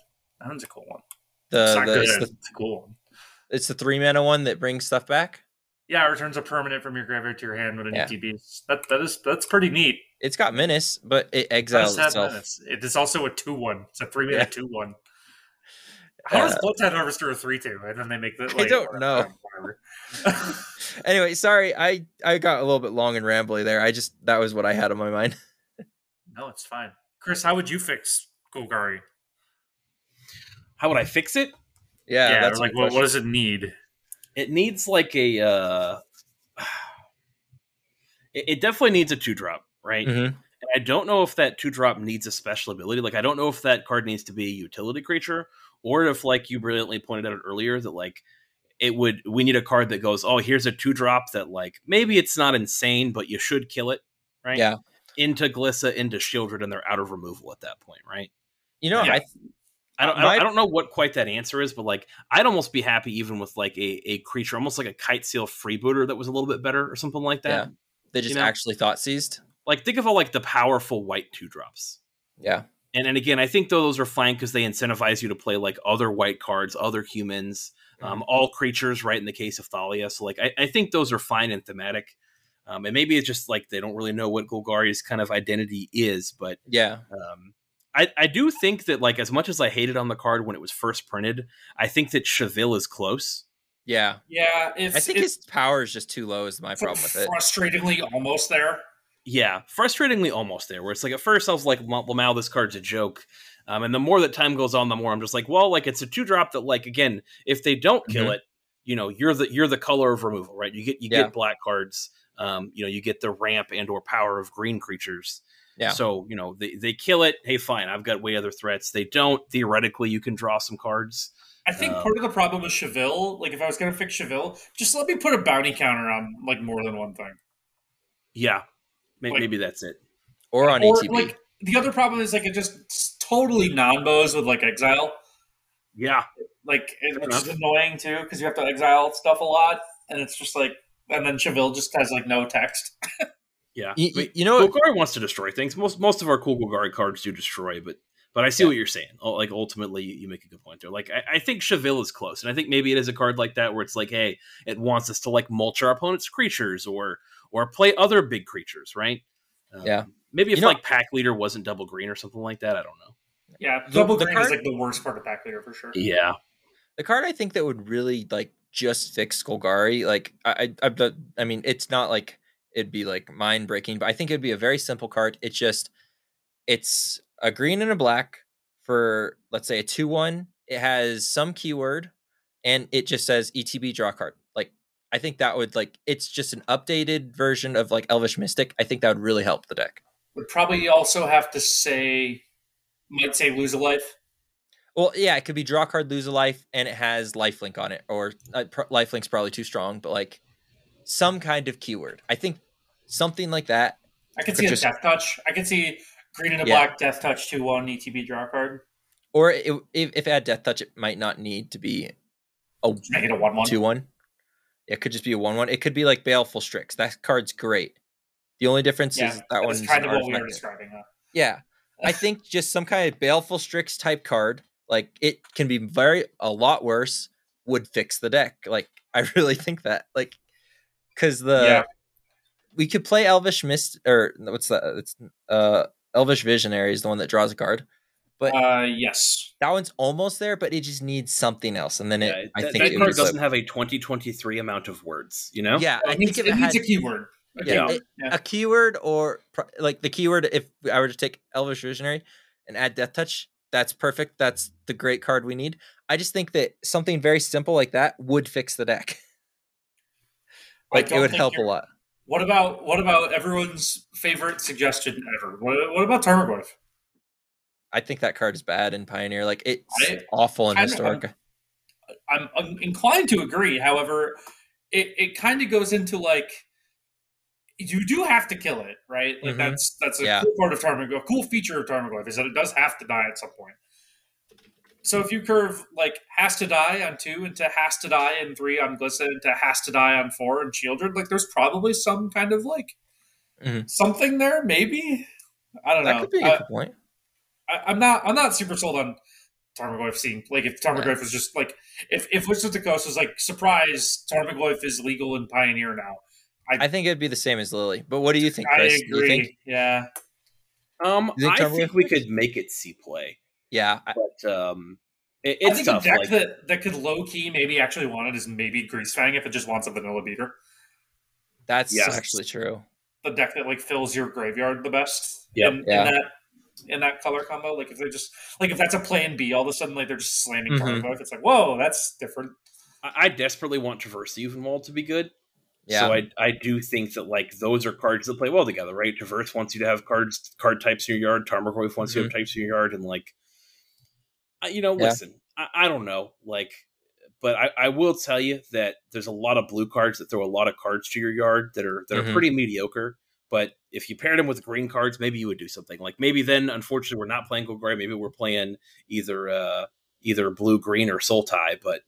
Speaker 3: That one's a cool one. it's
Speaker 1: Uh, The,
Speaker 3: not
Speaker 1: the,
Speaker 3: good.
Speaker 1: it's,
Speaker 3: It's,
Speaker 1: the
Speaker 3: a cool one.
Speaker 1: it's the three mana one that brings stuff back.
Speaker 3: Yeah, it returns a permanent from your graveyard to your hand with an
Speaker 1: Yeah.
Speaker 3: ETB. That that is that's pretty neat.
Speaker 1: It's got menace, but it
Speaker 3: How
Speaker 1: exiles
Speaker 3: does that
Speaker 1: itself.
Speaker 3: menace? It is also a two one. It's a three mana
Speaker 1: Yeah.
Speaker 3: two one. How does Bloodtide Harvester a three two? And then they make the
Speaker 1: I
Speaker 3: like,
Speaker 1: don't know.
Speaker 3: whatever.
Speaker 1: Anyway, sorry, I I got a little bit long and rambly there. I just that was what I had on my mind.
Speaker 3: no, it's fine. Chris, how would you fix Golgari?
Speaker 2: How would I fix it?
Speaker 1: Yeah,
Speaker 3: Yeah,
Speaker 1: that's
Speaker 3: like
Speaker 1: my
Speaker 3: what, what
Speaker 1: question.
Speaker 3: does it need?
Speaker 2: It needs like a. uh It, it definitely needs a two drop, right?
Speaker 1: Mhm.
Speaker 2: I don't know if that two drop needs a special ability. Like, I don't know if that card needs to be a utility creature, or if, like, you brilliantly pointed out earlier that, like, it would, we need a card that goes, oh, here's a two drop that, like, maybe it's not insane, but you should kill it, right?
Speaker 1: Yeah.
Speaker 2: Into Glissa, into Shieldred, and they're out of removal at that point, right?
Speaker 1: You know,
Speaker 3: Yeah.
Speaker 1: I th-
Speaker 2: I don't, I
Speaker 1: My-
Speaker 2: don't, I don't know what quite that answer is, but like I'd almost be happy even with like a, a creature, almost like a kite seal freebooter that was a little bit better or something like that.
Speaker 1: they just
Speaker 2: know?
Speaker 1: actually thought seized.
Speaker 2: Like think of all like the powerful white two drops.
Speaker 1: Yeah,
Speaker 2: And and again, I think those are fine because they incentivize you to play like other white cards, other humans, um, all creatures, right? In the case of Thalia, so like I, I think those are fine and thematic. Um, and maybe it's just like they don't really know what Golgari's kind of identity is, but
Speaker 1: yeah,
Speaker 2: um, I I do think that like as much as I hated on the card when it was first printed, I think that Cheville is close.
Speaker 1: yeah.
Speaker 3: Yeah, it's,
Speaker 1: I think his power is just too low. Is my problem with it.
Speaker 3: frustratingly almost there.
Speaker 2: Yeah, frustratingly almost there. Where it's like at first I was like, "Well, Lamau, this card's a joke." Um, and the more that time goes on, the more I'm just like, "Well, like it's a two drop that like again, if they don't kill
Speaker 1: Mhm.
Speaker 2: it, you know, you're the you're the color of removal, right? You get you
Speaker 1: Yeah.
Speaker 2: get black cards. Um, you know, you get the ramp and or power of green creatures.
Speaker 1: Yeah.
Speaker 2: So you know they they kill it. Hey, fine, I've got way other threats. They don't. Theoretically, you can draw some cards.
Speaker 3: I think
Speaker 1: Oh.
Speaker 2: Um,
Speaker 3: part of the problem with Cheville, like if I was gonna fix Cheville, just let me put a bounty counter on like more than one thing.
Speaker 2: Yeah, May-
Speaker 3: Like-
Speaker 2: maybe that's it.
Speaker 1: Or on E
Speaker 3: or
Speaker 1: ETB.
Speaker 3: like the other problem is like it just totally non-bows with like exile.
Speaker 2: Yeah.
Speaker 3: Like it,
Speaker 2: Fair
Speaker 3: which is annoying too because you have to exile stuff a lot, and it's just like and then Cheville just has like no text.
Speaker 2: Yeah.
Speaker 1: Y- y-
Speaker 2: Wait,
Speaker 1: you know what-
Speaker 2: Golgari wants to destroy things. Most most of our cool Golgari cards do destroy, but but I see
Speaker 1: Yeah.
Speaker 2: what you're saying. Oh, Like ultimately, you you make a good point there. Like I, I think Cheville is close, and I think maybe it is a card like that where it's like, hey, it wants us to like mulch our opponent's creatures or or play other big creatures, right? Um,
Speaker 1: Yeah.
Speaker 2: Maybe if
Speaker 1: You know-
Speaker 2: like Pack Leader wasn't double green or something like that. I don't know.
Speaker 3: Yeah,
Speaker 1: The-
Speaker 3: double
Speaker 1: the
Speaker 3: green is
Speaker 1: card-
Speaker 3: like the worst part of pack leader for sure.
Speaker 2: Yeah.
Speaker 1: the card I think that would really like just fix Golgari. Like I, I, I, the- I mean, it's not like it'd be like mind breaking, but I think it'd be a very simple card. It's just it's a green and a black for let's say a two one. It has some keyword, and it just says ETB draw card. Like I think that would like it's just an updated version of like Elvish Mystic. I think that would really help the deck.
Speaker 3: Would probably also have to say, might say lose a life.
Speaker 1: Well, yeah, it could be draw card, lose a life, and it has lifelink on it, or uh, pro- lifelink's probably too strong, but like some kind of keyword. I think something like that.
Speaker 3: I could
Speaker 1: Or
Speaker 3: see
Speaker 1: just-
Speaker 3: a death touch. I could see green and a
Speaker 1: Yeah.
Speaker 3: black death touch two one ETB draw card.
Speaker 1: Or it, if, if it had death touch, it might not need to be a
Speaker 3: Just make it a one one.
Speaker 1: 2 1. It could just be a 1 1. It could be like Baleful Strix. That card's great. The only difference
Speaker 3: Yeah,
Speaker 1: is that
Speaker 3: That's
Speaker 1: one's
Speaker 3: kind
Speaker 1: an
Speaker 3: of what we were
Speaker 1: artifact.
Speaker 3: describing. Though.
Speaker 1: Yeah. I think just some kind of baleful strix type card, like it can be very a lot worse, would fix the deck. Like I really think that. Like cause the
Speaker 3: Yeah.
Speaker 1: we could play Elvish Mist or what's that? It's uh Elvish Visionary is the one that draws a card. But
Speaker 3: Uh, yes.
Speaker 1: that one's almost there, but it just needs something else. And then it
Speaker 2: Yeah,
Speaker 1: I
Speaker 2: that,
Speaker 1: think
Speaker 2: that
Speaker 1: it
Speaker 2: card
Speaker 1: would
Speaker 2: doesn't have a 2023 amount of words, you know?
Speaker 1: Yeah, I
Speaker 3: it
Speaker 1: think
Speaker 3: needs,
Speaker 1: if
Speaker 3: it
Speaker 1: it
Speaker 3: Uh, needs
Speaker 1: had
Speaker 3: a keyword. A
Speaker 2: Yeah.
Speaker 3: keyword.
Speaker 1: It- a keyword or pro- like the keyword if i were to take elvish visionary and add death touch that's perfect that's the great card we need i just think that something very simple like that would fix the deck
Speaker 3: I
Speaker 1: like it
Speaker 3: don't
Speaker 1: would
Speaker 3: think
Speaker 1: help a
Speaker 3: you're-
Speaker 1: lot
Speaker 3: What about what about everyone's favorite suggestion ever? What, what about Tarmogoyf?
Speaker 1: i think that card is bad in pioneer like it's
Speaker 3: I-
Speaker 1: awful in
Speaker 3: I don't-
Speaker 1: historic
Speaker 3: I'm, I'm inclined to agree. However, it, it kind of goes into like you do have to kill it, right? Like
Speaker 1: Mhm.
Speaker 3: that's that's a
Speaker 1: Yeah.
Speaker 3: cool part of Tarmogoyf. A cool feature of Tarmogoyf is that it does have to die at some point. So if you curve like has to die on two into has to die on three on Glissa into has to die on four and Shieldred, like there's probably some kind of like
Speaker 1: Mhm.
Speaker 3: something there. Maybe I don't
Speaker 1: that
Speaker 3: know. Uh,
Speaker 1: could be a
Speaker 3: I-
Speaker 1: good point.
Speaker 3: I, I'm not I'm not super sold on Tarmogoyf seeing like if Tarmogoyf was just like if if Wizards of the Coast was like surprise Tarmogoyf is legal in Pioneer now.
Speaker 1: I think it'd be the same as Lily. But what do you think, Chris?
Speaker 3: I
Speaker 1: Do you
Speaker 3: agree.
Speaker 1: think-
Speaker 3: yeah.
Speaker 2: Um,
Speaker 1: You think
Speaker 2: I
Speaker 1: Tarmogoyf
Speaker 2: think we
Speaker 1: wins?
Speaker 2: could make it C play,
Speaker 1: yeah, I-
Speaker 2: but um, it,
Speaker 3: I
Speaker 2: it's
Speaker 3: think
Speaker 2: tough.
Speaker 3: a deck
Speaker 2: like-
Speaker 3: that, that could low key maybe actually want it is maybe Greasefang if it just wants a vanilla beater.
Speaker 1: that's
Speaker 2: Yes.
Speaker 1: actually true.
Speaker 3: The deck that like fills your graveyard the best.
Speaker 2: Yep.
Speaker 3: In,
Speaker 1: Yeah.
Speaker 3: in that in that color combo. Like if they just like if that's a plan B all of a sudden like they're just slamming
Speaker 1: Mhm.
Speaker 3: Tarmogoyf, it's like, whoa, that's different.
Speaker 2: I, I desperately want Traverse the Evenwald to be good.
Speaker 1: Yeah,
Speaker 2: So I I do think that like those are cards that play well together, right? Traverse wants you to have cards card types in your yard. Tarmogoyf wants you to have types in your yard, and like, I, you know,
Speaker 1: Yeah.
Speaker 2: listen, I, I don't know, like, but I, I will tell you that there's a lot of blue cards that throw a lot of cards to your yard that are that
Speaker 1: Mhm.
Speaker 2: are pretty mediocre. But if you paired them with green cards, maybe you would do something. Like maybe then, unfortunately, we're not playing Golgari. Maybe we're playing either uh either blue green or soul tie. But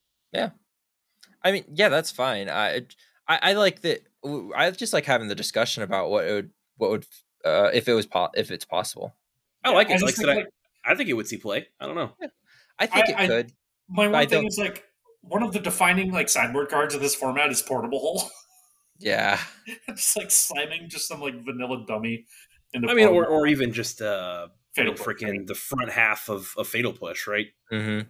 Speaker 1: I mean, yeah, that's fine. I, I, I like that. w- I just like having the discussion about what it would, what would, uh, if it was, po- if it's possible.
Speaker 2: I like it.
Speaker 3: just
Speaker 2: like I
Speaker 3: think,
Speaker 2: said, I, I think it would see play. I don't know.
Speaker 1: I think
Speaker 3: I-
Speaker 1: it
Speaker 3: I-
Speaker 1: could.
Speaker 3: My one
Speaker 1: I
Speaker 3: thing
Speaker 1: don't-
Speaker 3: is like one of the defining like sideboard cards of this format is portable hole.
Speaker 1: Yeah,
Speaker 3: just like slamming just some like vanilla dummy into
Speaker 2: I mean,
Speaker 3: Portable
Speaker 2: or, or even just uh,
Speaker 3: Fatal Push.
Speaker 2: freaking the front half of a fatal push, right?
Speaker 1: mm-hmm.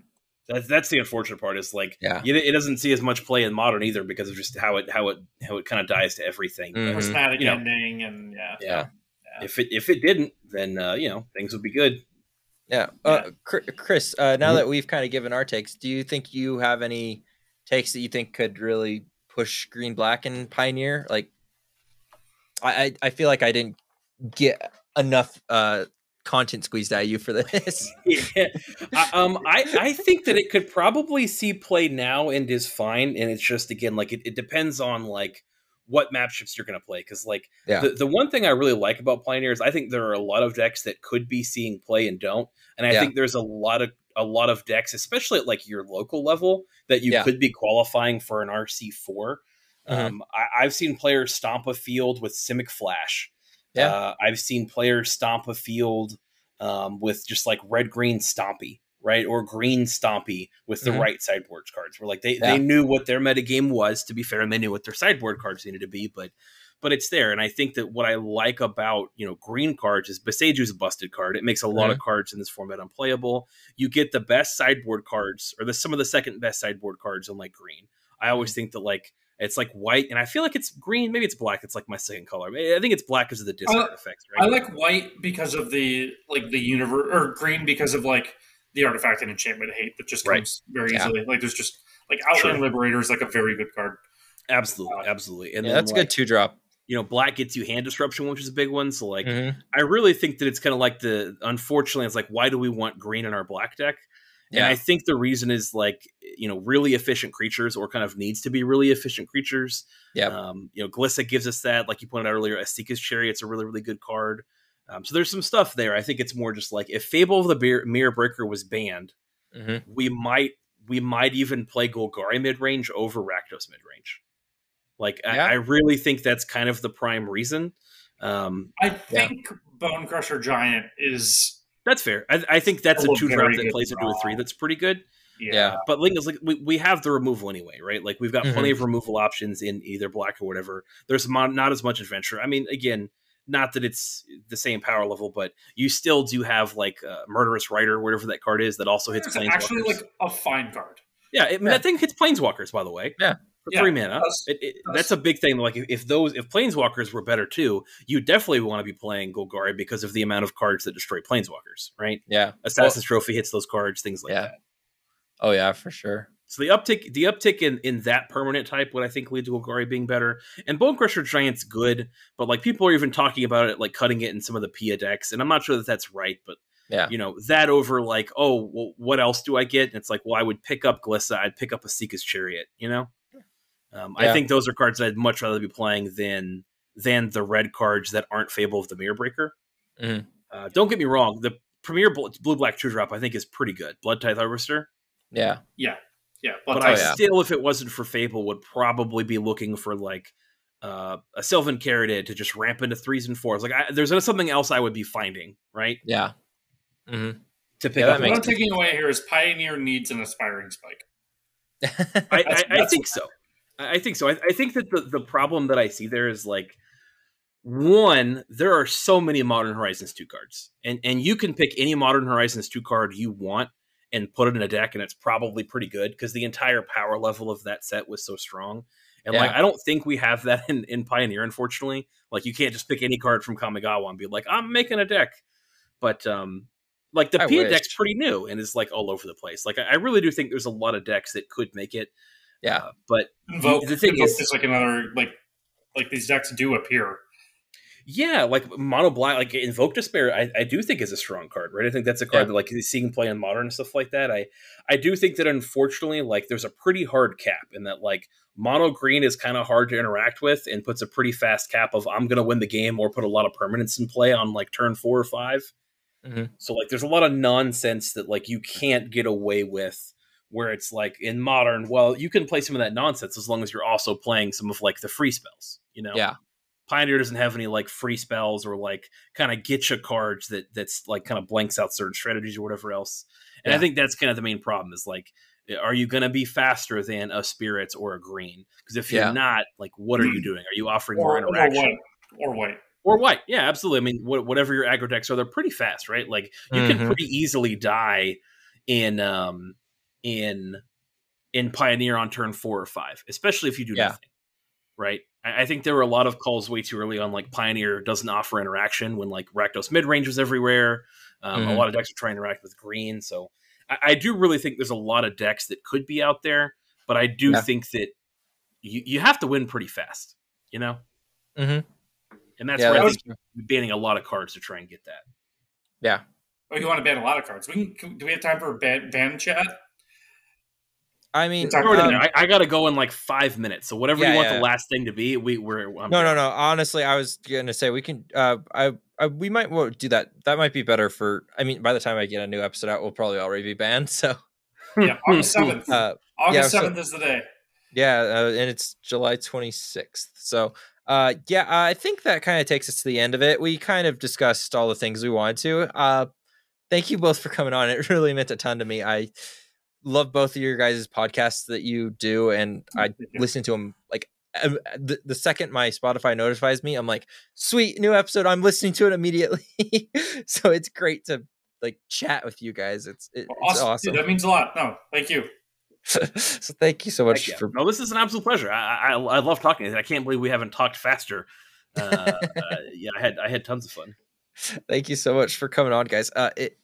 Speaker 2: That's that's the unfortunate part is like
Speaker 1: yeah,
Speaker 2: you- it doesn't see as much play in modern either because of just how it how it how it kind of dies to everything.
Speaker 1: Mm. Mhm.
Speaker 3: prismatic
Speaker 2: You know.
Speaker 3: ending and yeah.
Speaker 2: Yeah. If it if it didn't, then uh, you know things would be good.
Speaker 1: yeah. Uh, Chr- Chris, uh,
Speaker 2: Mm-hmm.
Speaker 1: now that we've kind of given our takes, do you think you have any takes that you think could really push green, black, and pioneer? Like, I, I, I feel like I didn't get enough uh content squeezed out of you for this.
Speaker 2: Yeah. I, um, I I think that it could probably see play now and is fine, and it's just again like it, it depends on like what map shifts you're going to play because like
Speaker 1: Yeah.
Speaker 2: the, the one thing i really like about pioneer is i think there are a lot of decks that could be seeing play and don't and i
Speaker 1: Yeah.
Speaker 2: think there's a lot of a lot of decks especially at like your local level that you
Speaker 1: Yeah.
Speaker 2: could be qualifying for an rc4
Speaker 1: Mhm.
Speaker 2: um, I, i've seen players stomp a field with simic flash
Speaker 1: Yeah.
Speaker 2: uh, i've seen players stomp a field um, with just like red green stompy right or green stompy with the
Speaker 1: Mhm.
Speaker 2: right sideboard cards where like they,
Speaker 1: Yeah.
Speaker 2: they knew what their metagame was to be fair and they knew what their sideboard cards needed to be but but it's there and i think that what i like about you know green cards is beseju's a busted card it makes a lot of cards in this format unplayable you get the best sideboard cards or the some of the second best sideboard cards on like green i always think that like it's like white and i feel like it's green maybe it's black it's like my second color i I think it's black because of the discard effects right
Speaker 3: I like white because of the like the universe or green because of like the artifact and enchantment hate that just
Speaker 2: Right.
Speaker 3: comes very
Speaker 1: Yeah.
Speaker 3: easily. Like there's just like Outland
Speaker 2: Sure.
Speaker 3: Liberator is like a very good card.
Speaker 2: absolutely absolutely and
Speaker 1: yeah,
Speaker 2: then,
Speaker 1: that's a
Speaker 2: like,
Speaker 1: good two drop.
Speaker 2: you know, black gets you hand disruption, which is a big one. So like,
Speaker 1: Mhm.
Speaker 2: I really think that it's kind of like the unfortunately, it's like, why do we want green in our black deck? And I think the reason is like, you know, really efficient creatures or kind of needs to be really efficient creatures.
Speaker 1: Yep.
Speaker 2: Um, you know, Glissa gives us that, like you pointed out earlier, Astika's Chariot's a really, really good card. Um, so there's some stuff there. I think it's more just like if Fable of the Beer- Mirror Breaker was banned,
Speaker 1: Mhm.
Speaker 2: we might we might even play Golgari mid range over Rakdos mid range. Like
Speaker 1: Yeah.
Speaker 2: I, I really think that's kind of the prime reason. Um,
Speaker 3: I
Speaker 1: Yeah.
Speaker 3: think Bone Crusher Giant is
Speaker 2: that's fair. I, I think that's a
Speaker 3: Still a
Speaker 2: two drop
Speaker 3: very
Speaker 2: that
Speaker 3: good
Speaker 2: plays into a
Speaker 3: draw.
Speaker 2: three. That's pretty good.
Speaker 3: yeah.
Speaker 1: Yeah.
Speaker 2: But Ling is like we, we have the removal anyway, right? Like we've got
Speaker 1: Mhm.
Speaker 2: plenty of removal options in either black or whatever. There's mo- not as much adventure. I mean, again, not that it's the same power level, but you still do have like uh, murderous rider, whatever that card is, that also hits
Speaker 3: It's actually
Speaker 2: planeswalkers.
Speaker 3: like a fine card.
Speaker 2: yeah, it, I mean, that thing hits planeswalkers, by the way.
Speaker 1: Yeah.
Speaker 2: for
Speaker 3: Yeah,
Speaker 2: three mana.
Speaker 3: does-
Speaker 2: It- it-
Speaker 3: does.
Speaker 2: that's a big thing. Like if, if those if planeswalkers were better too, you definitely want to be playing Golgari because of the amount of cards that destroy planeswalkers, right?
Speaker 1: Yeah.
Speaker 2: Assassin's Trophy hits those cards, things like
Speaker 1: Yeah.
Speaker 2: that.
Speaker 1: Oh yeah, for sure.
Speaker 2: So the uptick, the uptick in, in that permanent type would I think lead to Golgari being better. And Bone Crusher Giant's good, but like people are even talking about it, like cutting it in some of the Pia decks, and I'm not sure that that's right. But
Speaker 1: Yeah.
Speaker 2: you know that over like, oh, well, what else do I get? And it's like, well, I would pick up Glissa, I'd pick up a Seeker's Chariot. You know, um,
Speaker 1: Yeah.
Speaker 2: I think those are cards that I'd much rather be playing than than the red cards that aren't Fable of the Mirror Breaker.
Speaker 1: Mhm.
Speaker 2: Uh, don't get me wrong, the Premier Blue Black Two Drop I think is pretty good. Blood Tithe Harvester
Speaker 1: Yeah.
Speaker 3: Yeah. Yeah.
Speaker 2: but I
Speaker 3: I,
Speaker 1: Oh, yeah.
Speaker 2: still, if it wasn't for Fable, would probably be looking for like uh, a Sylvan Carrot did to just ramp into threes and fours. Like I, there's something else I would be finding, right?
Speaker 1: Yeah. Mm-hmm.
Speaker 2: To pick
Speaker 1: Yeah,
Speaker 2: up.
Speaker 1: that
Speaker 3: What
Speaker 1: makes
Speaker 3: I'm taking away here is Pioneer needs an aspiring spike.
Speaker 2: I, I,
Speaker 3: That's-
Speaker 2: I
Speaker 3: that's
Speaker 2: think so. I I think so. I, I think that the, the problem that I see there is like one, there are so many Modern Horizons two cards, and and you can pick any Modern Horizons two card you want and put it in a deck, and it's probably pretty good because the entire power level of that set was so strong. And like,
Speaker 1: Yeah.
Speaker 2: I don't think we have that in, in Pioneer, unfortunately. Like, you can't just pick any card from Kamigawa and be like, I'm making a deck. But um, like the
Speaker 1: I
Speaker 2: Pia
Speaker 1: wish.
Speaker 2: deck's pretty new and is like all over the place. Like, I, I really do think there's a lot of decks that could make it.
Speaker 1: Yeah.
Speaker 2: Uh, but
Speaker 3: Invoke,
Speaker 2: the thing
Speaker 3: Invoke
Speaker 2: is-
Speaker 3: like another like like these decks do appear.
Speaker 2: yeah, like mono black, like invoke despair, I, I do think is a strong card, right? I think that's a card
Speaker 1: Yeah.
Speaker 2: that like seeing play in modern and stuff like that. I I do think that unfortunately, like there's a pretty hard cap in that like mono green is kind of hard to interact with and puts a pretty fast cap of I'm gonna win the game or put a lot of permanence in play on like turn four or 5
Speaker 1: Mhm.
Speaker 2: So like there's a lot of nonsense that like you can't get away with where it's like in modern, well, you can play some of that nonsense as long as you're also playing some of like the free spells, you know?
Speaker 1: Yeah.
Speaker 2: Pioneer doesn't have any like free spells or like kind of getcha cards that that's like kind of blanks out certain strategies or whatever else. And I
Speaker 1: Yeah.
Speaker 2: think that's kind of the main problem is like, are you going to be faster than a spirits or a green? Because if you're
Speaker 1: Yeah.
Speaker 2: not, like, what are you doing? Are you offering more
Speaker 3: Or, or
Speaker 2: interaction?
Speaker 3: white. Or white.
Speaker 2: Or white. Yeah, absolutely. I mean, wh- whatever your aggro decks are, they're pretty fast, right? Like you can
Speaker 1: Mhm.
Speaker 2: pretty easily die in um in in Pioneer on turn four or five, especially if you do
Speaker 1: Yeah.
Speaker 2: nothing. Right? I, I think there were a lot of calls way too early on like Pioneer doesn't offer interaction when like Rakdos mid range was everywhere. Um, A
Speaker 1: Mhm.
Speaker 2: lot of decks are trying to interact with green. So I, I do really think there's a lot of decks that could be out there, but I do
Speaker 1: Yeah.
Speaker 2: think that you, you have to win pretty fast, you know?
Speaker 1: Mhm.
Speaker 2: And that's
Speaker 1: yeah,
Speaker 2: where I
Speaker 1: that's
Speaker 2: think banning a lot of cards to try and get that.
Speaker 3: Oh, you want to ban a lot of cards? We can, can- do. We have time for a ban, ban chat.
Speaker 1: I mean,
Speaker 3: It's already
Speaker 2: Throw it in
Speaker 1: um,
Speaker 2: there. I, I got to go in like five minutes. So whatever
Speaker 1: yeah,
Speaker 2: you want
Speaker 1: yeah.
Speaker 2: the last thing to be, we we're I'm
Speaker 1: no, no,
Speaker 2: down.
Speaker 1: no. Honestly, I was gonna say we can. Uh, I, I we might well, do that. That might be better for. I mean, by the time I get a new episode out, we'll probably already be banned. So,
Speaker 3: Yeah, August seventh.
Speaker 1: Hmm. uh,
Speaker 3: August
Speaker 1: so-
Speaker 3: seventh is the day.
Speaker 1: yeah, uh, and it's July twenty sixth. So, uh, yeah, I think that kind of takes us to the end of it. We kind of discussed all the things we wanted to. Uh, thank you both for coming on. It really meant a ton to me. I love both of your guys' podcasts that you do, and I listen to them like um, the, the second my spotify notifies me i'm like sweet new episode i'm listening to it immediately so it's great to like chat with you guys it's it, it's
Speaker 3: Awesome. Dude,
Speaker 1: awesome
Speaker 3: that means a lot. No, thank you.
Speaker 1: so thank you so
Speaker 2: Heck
Speaker 1: much
Speaker 2: yeah.
Speaker 1: for
Speaker 2: no, this is an absolute pleasure. I, I I love talking. to you. I can't believe we haven't talked faster. Uh, uh, yeah, I had I had tons of fun.
Speaker 1: thank you so much for coming on guys uh it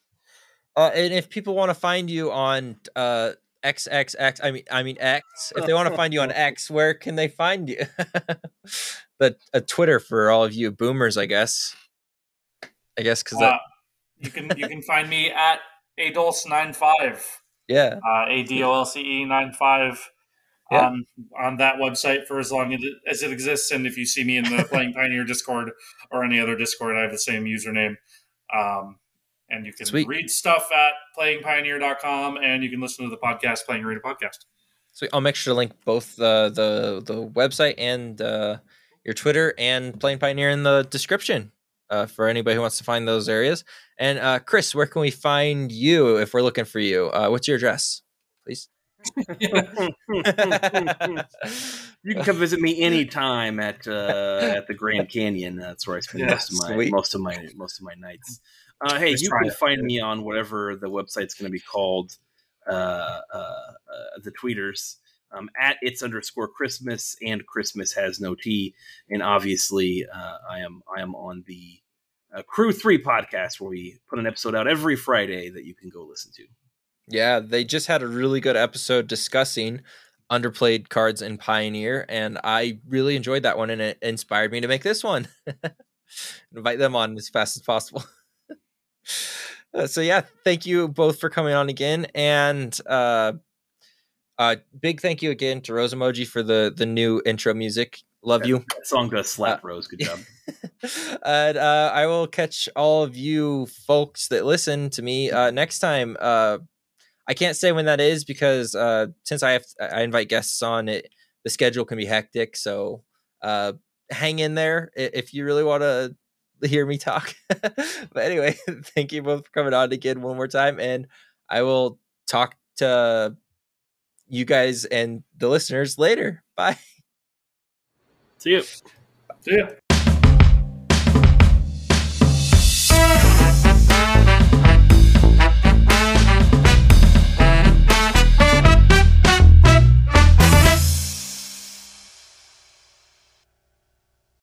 Speaker 1: uh and if people want to find you on uh xxx i mean i mean x if they want to find you on x where can they find you the a twitter for all of you boomers i guess i guess because
Speaker 3: Uh, you can you can find me at adulce95
Speaker 1: yeah
Speaker 3: uh, adolce 95
Speaker 1: Yeah.
Speaker 3: E um, on that website for as long as it, as it exists and if you see me in the playing pioneer discord or any other discord i have the same username um, and you can
Speaker 1: Sweet.
Speaker 3: read stuff at playingpioneer.com and you can listen to the podcast playing arena podcast
Speaker 1: So I'll make sure to link both the the the website and uh, your Twitter and Plain Pioneer in the description uh, for anybody who wants to find those areas. And uh, Chris, where can we find you if we're looking for you? Uh, what's your address, please?
Speaker 2: you can come visit me anytime at uh, at the Grand Canyon. That's where I spend
Speaker 3: Yeah,
Speaker 2: most of my
Speaker 1: sweet.
Speaker 2: most of my most of my nights. Uh, hey,
Speaker 3: Just
Speaker 2: you
Speaker 3: try
Speaker 2: can
Speaker 3: it.
Speaker 2: find me on whatever the website's going to be called, uh, uh, uh, the tweeters um, at it's underscore Christmas and Christmas has no T. And obviously, uh, I am I am on the uh, Crew Three podcast where we put an episode out every Friday that you can go listen to.
Speaker 1: Yeah, they just had a really good episode discussing underplayed cards in Pioneer, and I really enjoyed that one, and it inspired me to make this one. Invite them on as fast as possible. Uh, so yeah, thank you both for coming on again, and uh, uh, big thank you again to Rose Emoji for the the new intro music. Love you.
Speaker 2: That song does slap,
Speaker 3: Uh,
Speaker 2: Rose. Good job.
Speaker 1: and uh, I will catch all of you folks that listen to me uh, next time. Uh, I can't say when that is because uh, since I have I invite guests on it, the schedule can be hectic. So uh, hang in there i- if you really want to hear me talk. but anyway, thank you both for coming on again one more time, and I will talk to you guys and the listeners later. Bye.
Speaker 2: See you.
Speaker 3: See ya.